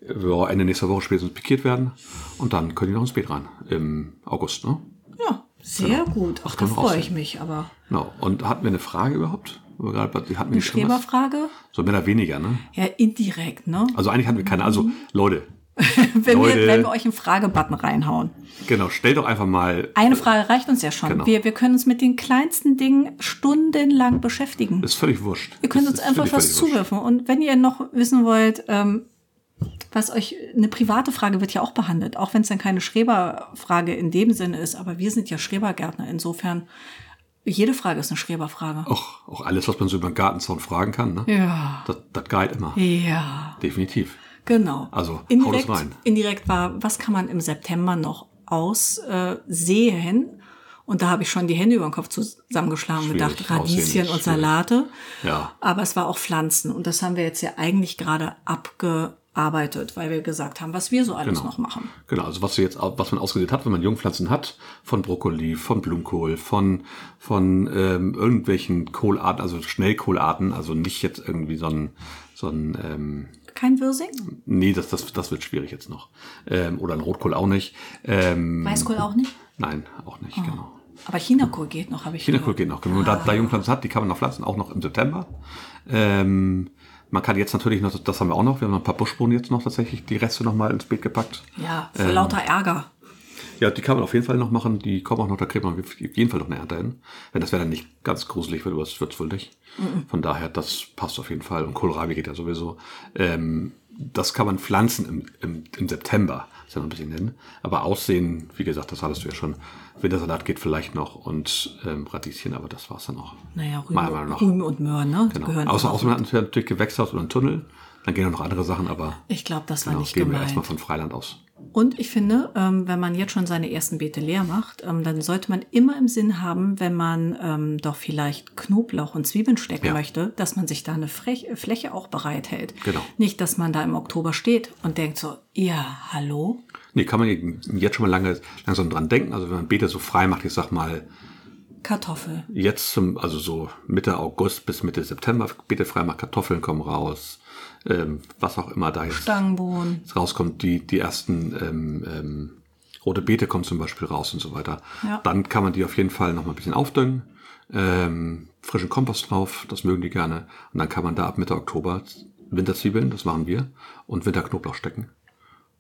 Speaker 1: äh, ja, Ende nächster Woche spätestens pikiert werden. Und dann können die noch ins Beet rein. Im August, ne?
Speaker 2: Ja,
Speaker 1: Genau.
Speaker 2: sehr gut. Ach, da
Speaker 1: Können
Speaker 2: freue ich
Speaker 1: raussehen.
Speaker 2: mich. Aber
Speaker 1: Genau. Und hatten wir eine Frage überhaupt? Wo wir gerade bei- Hatten wir nicht schon was?
Speaker 2: Schreberfrage?
Speaker 1: So mehr oder weniger, ne?
Speaker 2: Ja, indirekt, ne?
Speaker 1: Also eigentlich hatten wir keine. Also,
Speaker 2: Mhm.
Speaker 1: Leute,
Speaker 2: Wenn wir,
Speaker 1: Leute.
Speaker 2: wenn wir euch einen Fragebutton reinhauen.
Speaker 1: genau, stellt doch einfach mal.
Speaker 2: Eine Frage reicht uns ja schon.
Speaker 1: Genau.
Speaker 2: Wir, wir können uns mit den kleinsten Dingen stundenlang beschäftigen.
Speaker 1: Ist völlig wurscht.
Speaker 2: Ihr könnt
Speaker 1: Ist-
Speaker 2: uns
Speaker 1: ist
Speaker 2: einfach
Speaker 1: völlig,
Speaker 2: was
Speaker 1: völlig wurscht.
Speaker 2: zuwerfen. Und wenn ihr noch wissen wollt, ähm, was euch eine private Frage wird ja auch behandelt, auch wenn es dann keine Schreberfrage in dem Sinne ist, aber wir sind ja Schrebergärtner, insofern jede Frage ist eine Schreberfrage.
Speaker 1: Auch, auch alles, was man so über den Gartenzaun fragen kann, ne?
Speaker 2: Ja.
Speaker 1: Das, das geht immer.
Speaker 2: Ja,
Speaker 1: Definitiv.
Speaker 2: genau.
Speaker 1: Also,
Speaker 2: indirekt,
Speaker 1: haut es rein.
Speaker 2: indirekt war, was kann man im September noch aussehen? Äh, sehen? und da habe ich schon die Hände über den Kopf zusammengeschlagen und
Speaker 1: Schwierig,
Speaker 2: gedacht,
Speaker 1: aussehen ist
Speaker 2: Radieschen und
Speaker 1: schwierig.
Speaker 2: Salate.
Speaker 1: Ja.
Speaker 2: Aber es war auch Pflanzen und das haben wir jetzt ja eigentlich gerade abgearbeitet, weil wir gesagt haben, was wir so alles
Speaker 1: Genau.
Speaker 2: noch machen.
Speaker 1: Genau, also was, du jetzt, au- was man ausgesät hat, wenn man Jungpflanzen hat, von Brokkoli, von Blumenkohl, von, von ähm, irgendwelchen Kohlarten, also Schnellkohlarten, also nicht jetzt irgendwie so ein, so ein ähm,
Speaker 2: Kein Wirsing?
Speaker 1: nee, das, das, das wird schwierig jetzt noch. Ähm, oder ein Rotkohl auch nicht. Ähm,
Speaker 2: Weißkohl auch nicht?
Speaker 1: Nein, auch nicht, genau.
Speaker 2: Aber Chinakohl geht noch, habe ich
Speaker 1: Kinderkohl
Speaker 2: gehört.
Speaker 1: geht noch. Wenn man da, da Jungpflanzen hat, die kann man noch pflanzen, auch noch im September. Ähm, man kann jetzt natürlich noch, das haben wir auch noch, wir haben noch ein paar Buschbohnen jetzt noch tatsächlich, die Reste nochmal ins Beet gepackt.
Speaker 2: Ja, vor
Speaker 1: Ähm,
Speaker 2: lauter Ärger.
Speaker 1: Ja, die kann man auf jeden Fall noch machen. Die kommen auch noch, da kriegt man auf jeden Fall noch eine Ernte hin. Wenn das wäre dann nicht ganz gruselig, weil du das wird's wohl nicht.
Speaker 2: Mhm.
Speaker 1: Von daher, das passt auf jeden Fall. Und Kohlrabi geht ja sowieso. Ähm, das kann man pflanzen im, im, im September. ist ja noch ein bisschen hin. Aber Aussehen, wie gesagt, das hattest du ja schon. Wintersalat geht vielleicht noch und ähm, Radieschen, aber das war's dann auch.
Speaker 2: Naja,
Speaker 1: Meiner Meinung
Speaker 2: Rüben,
Speaker 1: nach.
Speaker 2: Rüben und Möhren, ne? Die
Speaker 1: Genau.
Speaker 2: gehören
Speaker 1: Außer,
Speaker 2: auch.
Speaker 1: außer man hat natürlich Gewächshaus oder einen Tunnel. Dann gehen auch noch andere Sachen, aber
Speaker 2: Ich glaube, das war
Speaker 1: genau,
Speaker 2: nicht
Speaker 1: gehen wir
Speaker 2: gemeint.
Speaker 1: erstmal von Freiland aus.
Speaker 2: Und ich finde, ähm, wenn man jetzt schon seine ersten Beete leer macht, ähm, dann sollte man immer im Sinn haben, wenn man ähm, doch vielleicht Knoblauch und Zwiebeln stecken
Speaker 1: Ja.
Speaker 2: möchte, dass man sich da eine Frech Fläche auch bereithält.
Speaker 1: Genau.
Speaker 2: Nicht, dass man da im Oktober steht und denkt so, ja, hallo?
Speaker 1: Nee, kann man jetzt schon mal lange, langsam dran denken. Also wenn man Beete so frei macht, ich sag mal,
Speaker 2: Kartoffel.
Speaker 1: jetzt zum, also so Mitte August bis Mitte September Beete frei macht, Kartoffeln kommen raus, ähm, was auch immer da jetzt
Speaker 2: Stangenbohnen.
Speaker 1: jetzt rauskommt, die, die ersten ähm, ähm, rote Beete kommen zum Beispiel raus und so weiter.
Speaker 2: Ja.
Speaker 1: Dann kann man die auf jeden Fall noch mal ein bisschen aufdünnen, ähm, frischen Kompost drauf, das mögen die gerne. Und dann kann man da ab Mitte Oktober Winterzwiebeln, das machen wir, und Winterknoblauch stecken.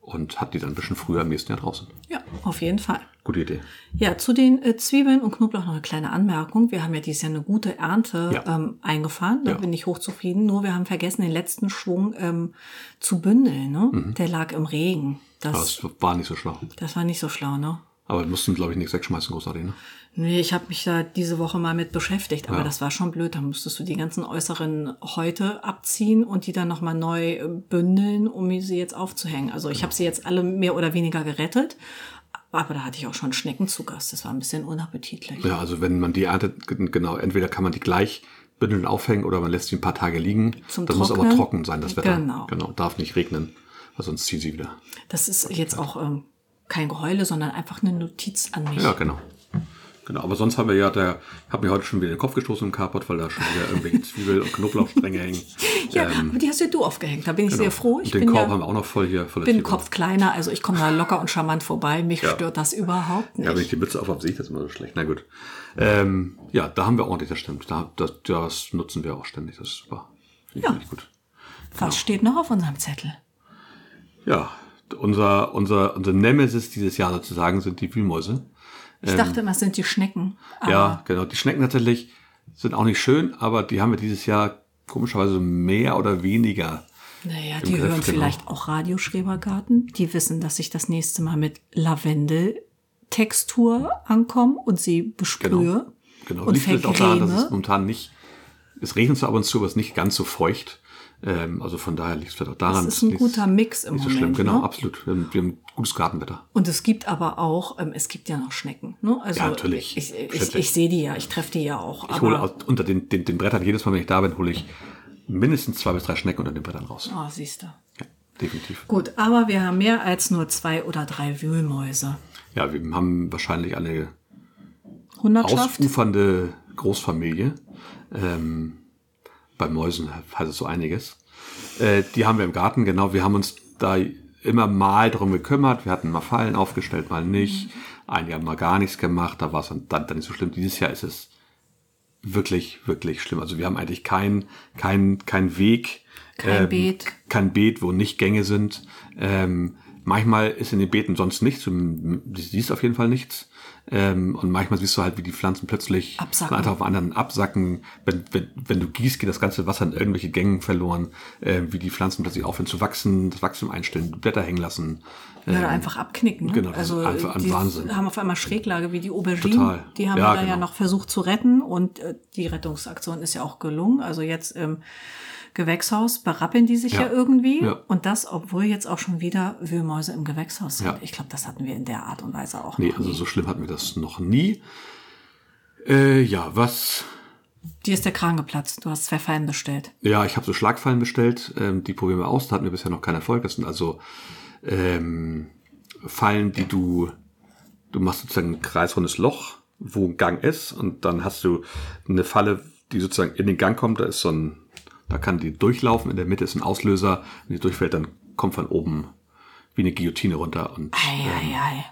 Speaker 1: Und hat die dann ein bisschen früher im nächsten Jahr draußen.
Speaker 2: Ja, auf jeden Fall.
Speaker 1: Gute Idee.
Speaker 2: Ja, zu den äh, Zwiebeln und Knoblauch noch eine kleine Anmerkung. Wir haben ja dieses Jahr eine gute Ernte
Speaker 1: Ja.
Speaker 2: ähm, eingefahren. Da
Speaker 1: Ja.
Speaker 2: bin ich hochzufrieden. Nur wir haben vergessen, den letzten Schwung ähm, zu bündeln. Ne?
Speaker 1: Mhm.
Speaker 2: Der lag im Regen.
Speaker 1: Aber
Speaker 2: Das,
Speaker 1: es war nicht so schlau.
Speaker 2: das war nicht so schlau, ne?
Speaker 1: Aber wir mussten, glaube ich, nichts wegschmeißen, großartig. Ne?
Speaker 2: Nee, ich habe mich da diese Woche mal mit beschäftigt, aber
Speaker 1: Ja.
Speaker 2: das war schon blöd. Da musstest du die ganzen äußeren Häute abziehen und die dann nochmal neu äh, bündeln, um sie jetzt aufzuhängen. Also
Speaker 1: Genau.
Speaker 2: ich habe sie jetzt alle mehr oder weniger gerettet, aber da hatte ich auch schon Schnecken zu Gast. Das war ein bisschen unappetitlich.
Speaker 1: Ja, also wenn man die erntet, genau, entweder kann man die gleich bündeln und aufhängen oder man lässt sie ein paar Tage liegen.
Speaker 2: Zum
Speaker 1: das muss aber
Speaker 2: Trocknen.
Speaker 1: trocken sein, das Wetter.
Speaker 2: Genau.
Speaker 1: genau. Darf nicht regnen, weil sonst ziehen sie wieder.
Speaker 2: Das ist jetzt auch ähm, kein Geheule, sondern einfach eine Notiz an mich.
Speaker 1: Ja, genau. Genau, aber sonst haben wir ja, der hat mir heute schon wieder den Kopf gestoßen im Carport, weil da schon wieder irgendwelche Zwiebel- und Knoblauchstränge hängen.
Speaker 2: Ja, aber die hast ja du aufgehängt. Da bin ich sehr froh. Ich
Speaker 1: und ähm, genau. den
Speaker 2: bin,
Speaker 1: Korb
Speaker 2: ja,
Speaker 1: haben wir auch noch voll hier. Voller
Speaker 2: bin
Speaker 1: Zwiebeln.
Speaker 2: Kopf kleiner, also ich komme da locker und charmant vorbei. Mich stört das überhaupt nicht.
Speaker 1: Ja, wenn ich die Mütze aufhabe, sehe ich das immer so schlecht. Na gut. Ähm, ja, da haben wir ordentlich, das stimmt. Da, das, das nutzen wir auch ständig, das ist super. Finde ich
Speaker 2: Ja.
Speaker 1: wirklich gut. genau.
Speaker 2: Was steht noch auf unserem Zettel?
Speaker 1: Ja, unser, unser, unser Nemesis dieses Jahr sozusagen sind die Wühlmäuse.
Speaker 2: Ich
Speaker 1: Ähm,
Speaker 2: dachte immer, es sind die Schnecken. Aber
Speaker 1: Ja, genau. Die Schnecken natürlich sind auch nicht schön, aber die haben wir dieses Jahr komischerweise mehr oder weniger.
Speaker 2: Naja,
Speaker 1: Im
Speaker 2: die
Speaker 1: Griff,
Speaker 2: hören
Speaker 1: genau.
Speaker 2: vielleicht auch Radioschrebergarten. Die wissen, dass ich das nächste Mal mit Lavendel-Textur ankomme und sie besprühe.
Speaker 1: Genau.
Speaker 2: Und
Speaker 1: Liegt vielleicht auch daran, dass es
Speaker 2: vergräme.
Speaker 1: momentan nicht, es regnet zwar ab und zu, aber es ist nicht ganz so feucht. Ähm, also von daher liegt es vielleicht auch daran.
Speaker 2: Das ist
Speaker 1: dass
Speaker 2: ein
Speaker 1: es
Speaker 2: guter Mix im
Speaker 1: Nicht so
Speaker 2: Moment.
Speaker 1: schlimm, genau,
Speaker 2: ne?
Speaker 1: absolut. Wir haben, wir haben gutes Gartenwetter.
Speaker 2: Und es gibt aber auch, ähm, es gibt ja noch Schnecken. Ne? Also
Speaker 1: Ja, natürlich.
Speaker 2: Ich, ich,
Speaker 1: Schätze ich.
Speaker 2: ich sehe die ja, ich treffe die ja auch.
Speaker 1: Ich hole
Speaker 2: aber,
Speaker 1: aus, unter den, den, den Brettern, jedes Mal, wenn ich da bin, hole ich mindestens zwei bis drei Schnecken unter den Brettern raus.
Speaker 2: oh, siehst du.
Speaker 1: Ja, definitiv.
Speaker 2: Gut, aber wir haben mehr als nur zwei oder drei Wühlmäuse.
Speaker 1: Ja, wir haben wahrscheinlich eine
Speaker 2: Hundertschaft?
Speaker 1: ausufernde Großfamilie. Ähm, bei Mäusen heißt es so einiges. Äh, die haben wir im Garten, genau. Wir haben uns da immer mal drum gekümmert. Wir hatten mal Fallen aufgestellt, mal
Speaker 2: Mhm.
Speaker 1: nicht. Ein Jahr mal gar nichts gemacht. Da war es dann, dann, dann nicht so schlimm. Dieses Jahr ist es wirklich, wirklich schlimm. Also wir haben eigentlich keinen keinen keinen Weg. ähm,
Speaker 2: Kein Beet.
Speaker 1: Kein Beet, wo nicht Gänge sind. Ähm, manchmal ist in den Beeten sonst nichts. Du m- siehst auf jeden Fall nichts. Ähm, und manchmal siehst du halt, wie die Pflanzen plötzlich
Speaker 2: Absacken.
Speaker 1: von einem Tag auf den anderen absacken. Wenn, wenn, wenn du gießt, geht das ganze Wasser in irgendwelche Gängen verloren. Ähm, wie die Pflanzen plötzlich aufhören zu wachsen, das Wachstum einstellen, die Blätter hängen lassen.
Speaker 2: Ja, Oder einfach abknicken. Ne?
Speaker 1: genau, das
Speaker 2: also
Speaker 1: ist einfach ein
Speaker 2: die
Speaker 1: Wahnsinn.
Speaker 2: haben auf einmal Schräglage wie die Auberginen.
Speaker 1: Total.
Speaker 2: Die haben
Speaker 1: Ja,
Speaker 2: wir da ja
Speaker 1: genau.
Speaker 2: noch versucht zu retten und äh, die Rettungsaktion ist ja auch gelungen. Also jetzt im Gewächshaus berappeln die sich
Speaker 1: Ja.
Speaker 2: ja, irgendwie.
Speaker 1: Ja.
Speaker 2: Und das, obwohl jetzt auch schon wieder Wühlmäuse im Gewächshaus sind.
Speaker 1: Ja.
Speaker 2: Ich glaube, das hatten wir in der Art und Weise auch
Speaker 1: Nee,
Speaker 2: noch.
Speaker 1: also so schlimm hatten wir das noch nie. Äh, ja, was
Speaker 2: Dir ist der Kran geplatzt. Du hast zwei Fallen bestellt.
Speaker 1: Ja, ich habe so Schlagfallen bestellt. Ähm, die probieren wir aus. Da hatten wir bisher noch keinen Erfolg. Das sind also ähm, Fallen, die du, du machst sozusagen ein kreisrundes Loch, wo ein Gang ist. Und dann hast du eine Falle, die sozusagen in den Gang kommt. Da ist so ein, da kann die durchlaufen. In der Mitte ist ein Auslöser. Wenn die durchfällt, dann kommt von oben wie eine Guillotine runter und
Speaker 2: Ei, ei, ei.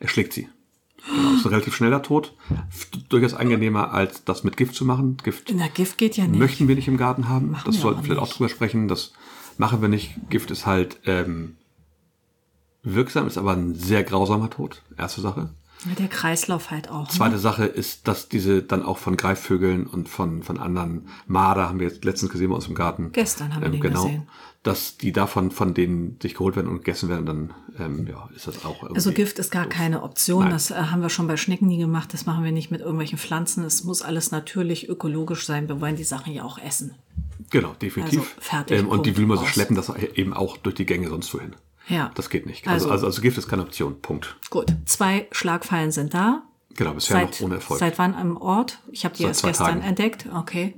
Speaker 1: erschlägt sie. Genau, ist ein relativ schneller Tod. F- Durchaus angenehmer, als das mit Gift zu machen. Gift
Speaker 2: Na, Gift geht ja nicht.
Speaker 1: möchten wir nicht im Garten haben. das
Speaker 2: wir
Speaker 1: sollten wir
Speaker 2: auch
Speaker 1: vielleicht auch
Speaker 2: nicht.
Speaker 1: drüber sprechen. Das machen wir nicht. Gift ist halt ähm, wirksam, ist aber ein sehr grausamer Tod. Erste Sache.
Speaker 2: Ja, Der Kreislauf halt auch. ne?
Speaker 1: Zweite Sache ist, dass diese dann auch von Greifvögeln und von, von anderen Marder haben wir jetzt letztens gesehen bei uns im Garten.
Speaker 2: Gestern haben wir den
Speaker 1: genau,
Speaker 2: gesehen.
Speaker 1: Dass die davon von denen sich geholt werden und gegessen werden, dann ähm, ja, ist das auch irgendwie.
Speaker 2: Also Gift ist gar keine Option.
Speaker 1: Nein.
Speaker 2: Das äh, haben wir schon bei Schnecken nie gemacht. Das machen wir nicht mit irgendwelchen Pflanzen. Es muss alles natürlich ökologisch sein. Wir wollen die Sachen ja auch essen.
Speaker 1: Genau, definitiv.
Speaker 2: Also fertig,
Speaker 1: ähm, und die
Speaker 2: Punkt,
Speaker 1: will man so
Speaker 2: raus.
Speaker 1: schleppen, dass eben auch durch die Gänge sonst wohin.
Speaker 2: Ja.
Speaker 1: Das geht nicht. Also,
Speaker 2: Also-
Speaker 1: also, also Gift ist keine Option. Punkt.
Speaker 2: Gut. Zwei Schlagfallen sind da.
Speaker 1: Genau, bisher
Speaker 2: Seit,
Speaker 1: noch ohne Erfolg.
Speaker 2: seit wann am Ort? Ich habe die
Speaker 1: Seit
Speaker 2: erst
Speaker 1: zwei
Speaker 2: gestern
Speaker 1: Tagen.
Speaker 2: entdeckt. Okay.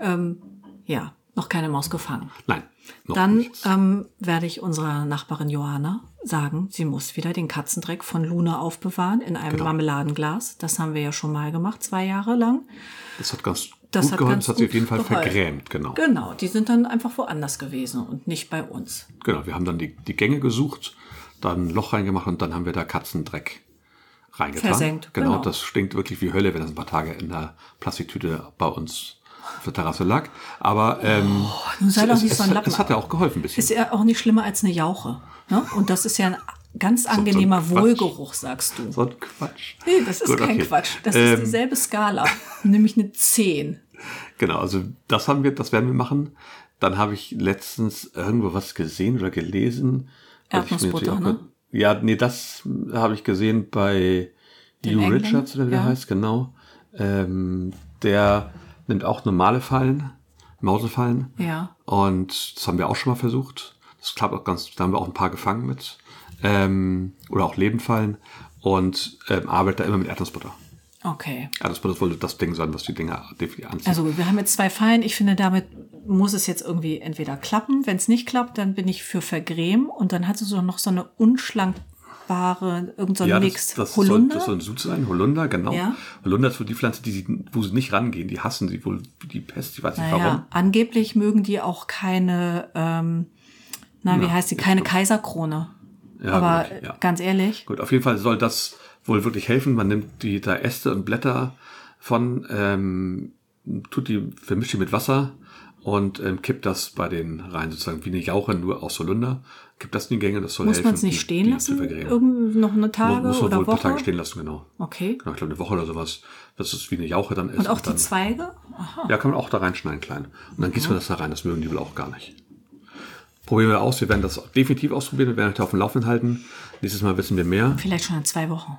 Speaker 2: Ähm, ja, noch keine Maus gefangen.
Speaker 1: Nein. Noch
Speaker 2: Dann
Speaker 1: nichts.
Speaker 2: ähm, werde ich unserer Nachbarin Johanna sagen, sie muss wieder den Katzendreck von Luna aufbewahren in einem
Speaker 1: Genau.
Speaker 2: Marmeladenglas. Das haben wir ja schon mal gemacht, zwei Jahre lang.
Speaker 1: das hat ganz
Speaker 2: das
Speaker 1: gut
Speaker 2: hat
Speaker 1: geholfen.
Speaker 2: ganz
Speaker 1: Das hat sie
Speaker 2: gut
Speaker 1: auf jeden Fall
Speaker 2: geholfen.
Speaker 1: vergrämt. Genau.
Speaker 2: Genau, die sind dann einfach woanders gewesen und nicht bei uns.
Speaker 1: Genau, wir haben dann die, die Gänge gesucht, dann ein Loch reingemacht und dann haben wir da Katzendreck reingetan.
Speaker 2: Versenkt,
Speaker 1: Genau,
Speaker 2: genau.
Speaker 1: das stinkt wirklich wie Hölle, wenn das ein paar Tage in der Plastiktüte bei uns auf der Terrasse lag. Aber ähm,
Speaker 2: Oh, nun sei doch
Speaker 1: es,
Speaker 2: nicht
Speaker 1: es,
Speaker 2: so ein Lappen.
Speaker 1: es hat ja auch geholfen ein bisschen.
Speaker 2: Ist ja auch nicht schlimmer als eine Jauche. Ne? Und das ist ja ein ganz angenehmer
Speaker 1: Quatsch.
Speaker 2: Wohlgeruch, sagst du.
Speaker 1: so ein Quatsch.
Speaker 2: Nee, das ist
Speaker 1: Gut,
Speaker 2: kein
Speaker 1: okay.
Speaker 2: Quatsch. Das ist
Speaker 1: ähm,
Speaker 2: dieselbe Skala, nämlich eine 10.
Speaker 1: Genau, also das haben wir, das werden wir machen. Dann habe ich letztens irgendwo was gesehen oder gelesen. Also ich bin jetzt
Speaker 2: Erdnussbutter,
Speaker 1: auch
Speaker 2: ne?
Speaker 1: grad- Ja, nee, das habe ich gesehen bei
Speaker 2: Dem
Speaker 1: Hugh
Speaker 2: Engländer?
Speaker 1: Richards oder wie der
Speaker 2: Ja.
Speaker 1: heißt, genau. Ähm, der nimmt auch normale Fallen, Mausefallen.
Speaker 2: Ja.
Speaker 1: Und das haben wir auch schon mal versucht. Das klappt auch ganz, da haben wir auch ein paar gefangen mit. Ähm, oder auch Lebenfallen. Und ähm, arbeitet da immer mit Erdnussbutter.
Speaker 2: Okay.
Speaker 1: Erdnussbutter sollte das Ding sein, was die Dinger definitiv anziehen.
Speaker 2: Also wir haben jetzt zwei Fallen. Ich finde, damit muss es jetzt irgendwie entweder klappen. Wenn es nicht klappt, dann bin ich für Vergräm. Und dann hatte so noch so eine unschlankbare, irgend so ein Mix.
Speaker 1: Das, das, soll,
Speaker 2: Holunder.
Speaker 1: das soll ein Sud sein, Holunder, genau.
Speaker 2: Ja.
Speaker 1: Holunder ist wohl die Pflanze, die sie, wo sie nicht rangehen. Die hassen sie wohl wie die Pest, ich weiß nicht warum.
Speaker 2: naja, angeblich mögen die auch keine, ähm, na, wie
Speaker 1: Ja,
Speaker 2: heißt die,
Speaker 1: ich
Speaker 2: keine
Speaker 1: glaub-
Speaker 2: Kaiserkrone.
Speaker 1: Ja,
Speaker 2: Aber
Speaker 1: gut,
Speaker 2: äh,
Speaker 1: ja.
Speaker 2: ganz ehrlich,
Speaker 1: Gut, auf jeden Fall soll das wohl wirklich helfen. Man nimmt die da Äste und Blätter von, ähm, tut die, vermischt die mit Wasser und ähm, kippt das bei den rein, sozusagen wie eine Jauche, nur aus Holunder. Kippt das in die Gänge, das soll
Speaker 2: muss
Speaker 1: helfen.
Speaker 2: man es nicht
Speaker 1: die-
Speaker 2: stehen
Speaker 1: die
Speaker 2: lassen?
Speaker 1: Zu vergrämen.
Speaker 2: Irgendwie noch eine
Speaker 1: Mu-
Speaker 2: Tage
Speaker 1: muss man
Speaker 2: oder
Speaker 1: wohl ein
Speaker 2: Woche?
Speaker 1: paar Tage stehen lassen, genau.
Speaker 2: Okay.
Speaker 1: Genau, ich glaube eine Woche oder sowas. Das ist wie eine Jauche dann ist.
Speaker 2: Und auch die
Speaker 1: dann,
Speaker 2: Zweige? Aha.
Speaker 1: Ja, kann man auch da reinschneiden, klein. Und dann gießt man das da rein. Das mögen die wohl auch gar nicht. Probieren wir aus. Wir werden das definitiv ausprobieren. Wir werden euch da auf dem Laufenden halten. Nächstes Mal wissen wir mehr.
Speaker 2: Vielleicht schon in zwei Wochen.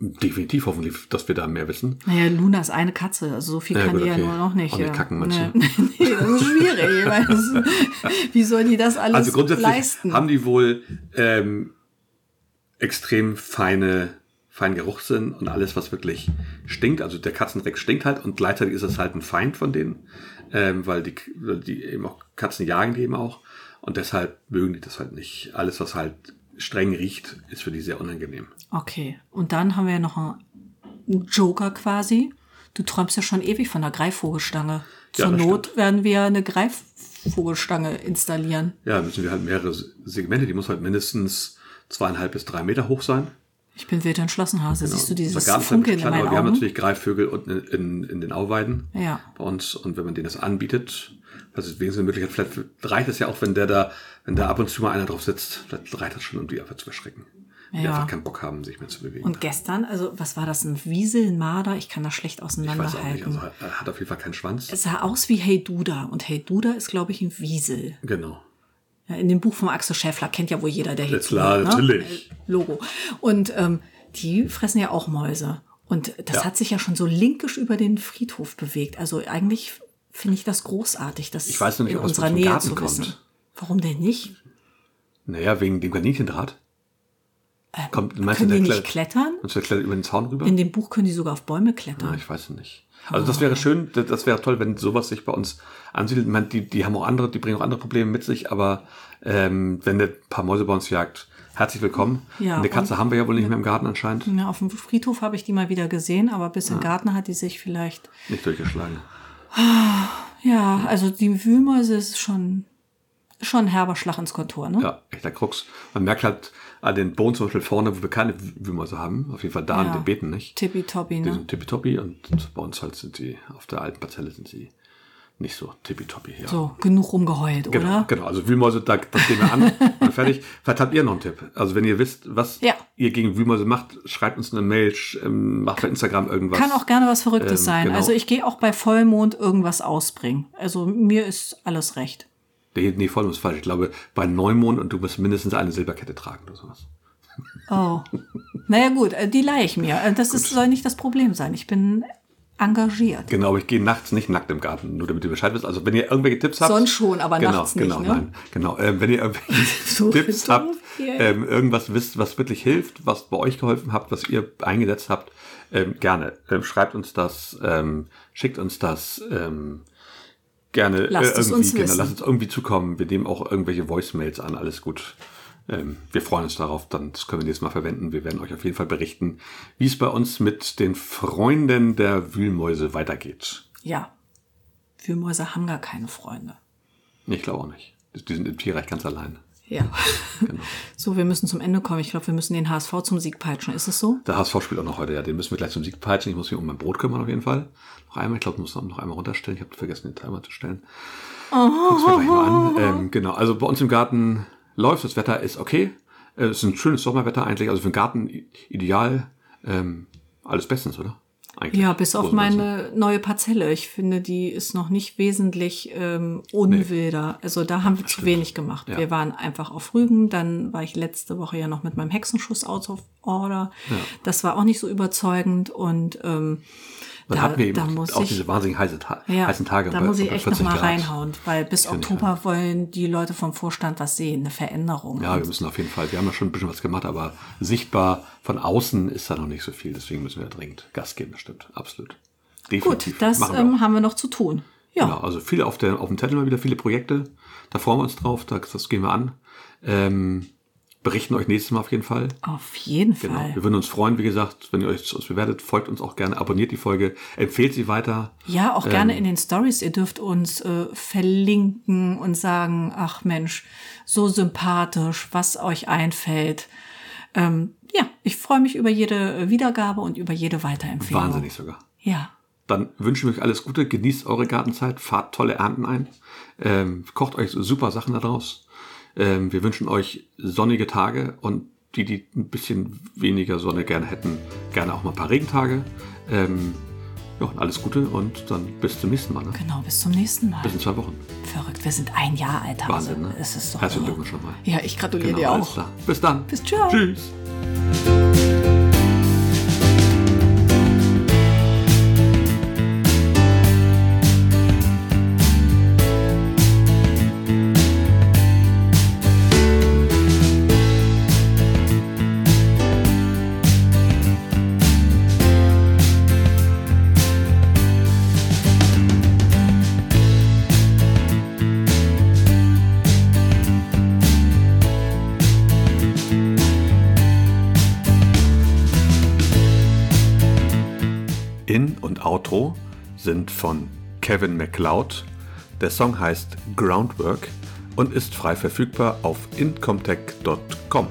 Speaker 1: Definitiv hoffentlich, dass wir da mehr wissen.
Speaker 2: Naja, Luna ist eine Katze, also so viel
Speaker 1: Ja,
Speaker 2: kann
Speaker 1: gut,
Speaker 2: die
Speaker 1: okay.
Speaker 2: ja nur noch nicht.
Speaker 1: Auch nicht
Speaker 2: ja.
Speaker 1: kacken, meinst du?
Speaker 2: nee, nee, das ist schwierig. Ich meine, das ist, wie soll die das alles
Speaker 1: Also grundsätzlich
Speaker 2: leisten?
Speaker 1: haben die wohl ähm, extrem feine, feinen Geruchssinn und alles, was wirklich stinkt. Also der Katzendreck stinkt halt und gleichzeitig ist es halt ein Feind von denen, ähm, weil, die, weil die eben auch Katzen jagen die eben auch und deshalb mögen die das halt nicht. Alles, was halt streng riecht, ist für die sehr unangenehm.
Speaker 2: okay, und dann haben wir ja noch einen Joker quasi. Du träumst ja schon ewig von der Greifvogelstange.
Speaker 1: Ja,
Speaker 2: Zur
Speaker 1: das
Speaker 2: Not werden wir eine Greifvogelstange installieren.
Speaker 1: Ja, müssen wir halt mehrere Se- Segmente, die muss halt mindestens zweieinhalb bis drei Meter hoch sein.
Speaker 2: Ich bin wild entschlossen, Hase.
Speaker 1: Genau.
Speaker 2: Siehst du dieses
Speaker 1: Unser Garten ist ein bisschen
Speaker 2: Funkeln in
Speaker 1: klein,
Speaker 2: meinen
Speaker 1: aber wir haben
Speaker 2: Augen?
Speaker 1: natürlich Greifvögel unten in, in, in den Auweiden
Speaker 2: Ja.
Speaker 1: bei uns. Und wenn man denen das anbietet, das ist wenigstens eine Möglichkeit, vielleicht reicht es ja auch, wenn der da, wenn da ab und zu mal einer drauf sitzt, vielleicht reicht das schon, um die einfach zu verschrecken. Die
Speaker 2: Ja.
Speaker 1: einfach keinen Bock haben, sich mehr zu bewegen.
Speaker 2: Und gestern, also was war das, ein Wieselmarder? Ich kann das schlecht
Speaker 1: ich weiß auch nicht,
Speaker 2: auseinanderhalten.
Speaker 1: also er hat auf jeden Fall keinen Schwanz.
Speaker 2: Es sah aus wie Hey Duda und Hey Duda ist, glaube ich, ein Wiesel.
Speaker 1: Genau.
Speaker 2: Ja, in dem Buch von Axel Schäffler kennt ja wohl jeder, der hier
Speaker 1: Ja, klar,
Speaker 2: zuhört,
Speaker 1: natürlich.
Speaker 2: Äh, Logo. Und ähm, die fressen ja auch Mäuse. Und das
Speaker 1: Ja.
Speaker 2: hat sich ja schon so linkisch über den Friedhof bewegt. Also eigentlich finde ich das großartig, das
Speaker 1: Ich weiß noch nicht,
Speaker 2: in
Speaker 1: ob das
Speaker 2: unserer
Speaker 1: mit zum
Speaker 2: Nähe
Speaker 1: Garten
Speaker 2: zu wissen.
Speaker 1: kommt.
Speaker 2: Warum denn nicht?
Speaker 1: Naja, wegen dem Kaninchendraht. Kommt, meinst du,
Speaker 2: ähm, Können
Speaker 1: der
Speaker 2: die nicht
Speaker 1: klettert-
Speaker 2: klettern?
Speaker 1: Und der klettert über den Zaun rüber?
Speaker 2: In dem Buch können die sogar auf Bäume
Speaker 1: Ja,
Speaker 2: klettern.
Speaker 1: ich weiß es nicht. Also das wäre schön, das, das wäre toll, wenn sowas sich bei uns ansiedelt. Ich meine, die, die haben auch andere, die bringen auch andere Probleme mit sich, aber ähm, wenn der ein paar Mäuse bei uns jagt, herzlich willkommen.
Speaker 2: Ja, Hm.
Speaker 1: Eine Katze
Speaker 2: und-
Speaker 1: haben wir ja wohl nicht mehr im Garten anscheinend.
Speaker 2: Ja, auf dem Friedhof habe ich die mal wieder gesehen, aber bis in den Garten hat die sich vielleicht.
Speaker 1: Nicht durchgeschlagen.
Speaker 2: Ja, also die Wühlmäuse ist schon, schon ein herber Schlag ins Kontor, ne?
Speaker 1: Ja, echter Krux. Man merkt halt an den Bohnen zum Beispiel vorne, wo wir keine Wühlmäuse haben, auf jeden Fall da an
Speaker 2: Ja.
Speaker 1: den Beeten nicht.
Speaker 2: Tippitoppi,
Speaker 1: Die
Speaker 2: ne?
Speaker 1: sind tippitoppi und bei uns halt sind sie, auf der alten Parzelle sind sie nicht so tippitoppi. Ja.
Speaker 2: So, genug rumgeheult,
Speaker 1: Genau,
Speaker 2: oder?
Speaker 1: genau. Also Wühlmäuse, da, das gehen wir an und fertig. Vielleicht habt ihr noch einen Tipp. Also wenn ihr wisst, was
Speaker 2: Ja.
Speaker 1: ihr gegen Wühlmäuse macht, schreibt uns eine Mail, sch- ähm, macht bei Instagram irgendwas.
Speaker 2: Kann auch gerne was Verrücktes
Speaker 1: Ähm,
Speaker 2: sein.
Speaker 1: genau.
Speaker 2: Also ich gehe auch bei Vollmond irgendwas ausbringen. Also mir ist alles recht.
Speaker 1: Nee, nee voll ist falsch. Ich glaube, bei Neumond und du musst mindestens eine Silberkette tragen oder sowas.
Speaker 2: Oh. naja gut, äh, die leih ich mir. Äh, Das ist, soll nicht das Problem sein. Ich bin engagiert.
Speaker 1: Genau, aber ich gehe nachts nicht nackt im Garten, nur damit ihr Bescheid wisst. Also wenn ihr irgendwelche Tipps habt.
Speaker 2: Sonst schon, aber
Speaker 1: genau,
Speaker 2: nachts nicht,
Speaker 1: genau,
Speaker 2: ne?
Speaker 1: Nein, genau, ähm, wenn ihr irgendwelche
Speaker 2: So
Speaker 1: Tipps
Speaker 2: doof,
Speaker 1: habt,
Speaker 2: ja.
Speaker 1: ähm, irgendwas wisst, was wirklich hilft, was bei euch geholfen habt, was ihr eingesetzt habt, ähm, gerne. Ähm, schreibt uns das, ähm, schickt uns das. Ähm, Gerne
Speaker 2: Lasst es
Speaker 1: irgendwie,
Speaker 2: uns
Speaker 1: genau,
Speaker 2: wissen.
Speaker 1: lasst uns irgendwie zukommen. Wir nehmen auch irgendwelche Voicemails an, alles gut. Ähm, wir freuen uns darauf, dann das können wir nächstes Mal verwenden. Wir werden euch auf jeden Fall berichten, wie es bei uns mit den Freunden der Wühlmäuse weitergeht.
Speaker 2: Ja. Wühlmäuse haben gar keine Freunde.
Speaker 1: Ich glaube auch nicht. Die die sind im Tierreich ganz allein.
Speaker 2: Ja.
Speaker 1: Genau.
Speaker 2: So, wir müssen zum Ende kommen. Ich glaube, wir müssen den HSV zum Sieg peitschen. Ist es so?
Speaker 1: Der HSV spielt auch noch heute, ja. Den müssen wir gleich zum Sieg peitschen. Ich muss mich um mein Brot kümmern auf jeden Fall. Noch einmal, ich glaube, ich muss noch einmal runterstellen. Ich habe vergessen, den Timer zu stellen. Guck's mir gleich
Speaker 2: Oh.
Speaker 1: mal an. Ähm, genau, also bei uns im Garten läuft, das Wetter ist okay. Äh, Es ist ein schönes Sommerwetter eigentlich. Also für den Garten i- ideal. Ähm, alles bestens, oder? Eigentlich.
Speaker 2: Ja, bis auf
Speaker 1: Großen Ganzen.
Speaker 2: meine neue Parzelle. Ich finde, die ist noch nicht wesentlich ähm, unwilder. Also da haben wir zu wenig gemacht.
Speaker 1: Ja.
Speaker 2: Wir waren einfach auf Rügen. Dann war ich letzte Woche ja noch mit meinem Hexenschuss out of order. Das war auch nicht so überzeugend. Und ähm,
Speaker 1: Dann
Speaker 2: da,
Speaker 1: hatten wir eben
Speaker 2: da
Speaker 1: auch-
Speaker 2: muss
Speaker 1: auch
Speaker 2: ich
Speaker 1: diese wahnsinnig heiße Ta
Speaker 2: ja,
Speaker 1: heißen Tage.
Speaker 2: Da
Speaker 1: bei-
Speaker 2: muss ich
Speaker 1: bei
Speaker 2: echt
Speaker 1: 40
Speaker 2: nochmal
Speaker 1: Grad. halt.
Speaker 2: reinhauen, weil bis Oktober wollen die Leute vom Vorstand was sehen, eine Veränderung.
Speaker 1: Ja,
Speaker 2: Und
Speaker 1: wir müssen auf jeden Fall. Wir haben ja schon ein bisschen was gemacht, aber sichtbar von außen ist da noch nicht so viel. Deswegen müssen wir da dringend Gas geben, das stimmt. Absolut. Definitiv.
Speaker 2: Gut, das
Speaker 1: Machen wir auch.
Speaker 2: ähm, haben wir noch zu tun. Ja,
Speaker 1: Genau, also viel auf, der, auf dem Zettel mal wieder, viele Projekte. Da freuen wir uns drauf, da, das gehen wir an. Ähm, berichten euch nächstes Mal auf jeden Fall.
Speaker 2: auf jeden
Speaker 1: Genau.
Speaker 2: Fall.
Speaker 1: Wir würden uns freuen, wie gesagt, wenn ihr euch uns bewertet, folgt uns auch gerne, abonniert die Folge, empfehlt sie weiter.
Speaker 2: Ja, auch
Speaker 1: Ähm.
Speaker 2: gerne in den Stories. Ihr dürft uns äh, verlinken und sagen, ach Mensch, so sympathisch, was euch einfällt. Ähm, ja, ich freue mich über jede äh, Wiedergabe und über jede Weiterempfehlung.
Speaker 1: Wahnsinnig sogar.
Speaker 2: Ja,
Speaker 1: Dann wünschen wir euch alles Gute, genießt eure Gartenzeit, fahrt tolle Ernten ein, ähm, kocht euch super Sachen daraus. Ähm, wir wünschen euch sonnige Tage und die, die ein bisschen weniger Sonne gerne hätten, gerne auch mal ein paar Regentage. Ähm, ja, und alles Gute und dann bis zum nächsten Mal. Ne?
Speaker 2: genau. Bis zum nächsten Mal.
Speaker 1: Bis in zwei Wochen.
Speaker 2: Verrückt, wir sind ein Jahr alt. Hase.
Speaker 1: Wahnsinn, ne?
Speaker 2: Es ist doch
Speaker 1: Herzlichen
Speaker 2: irre.
Speaker 1: Glückwunsch also nochmal. Genau,
Speaker 2: Ja, ich gratuliere dir
Speaker 1: alles
Speaker 2: auch.
Speaker 1: klar. Bis dann.
Speaker 2: Bis ciao.
Speaker 1: Tschüss. In- und Outro sind von Kevin MacLeod. Der Song heißt Groundwork und ist frei verfügbar auf incomtech.com.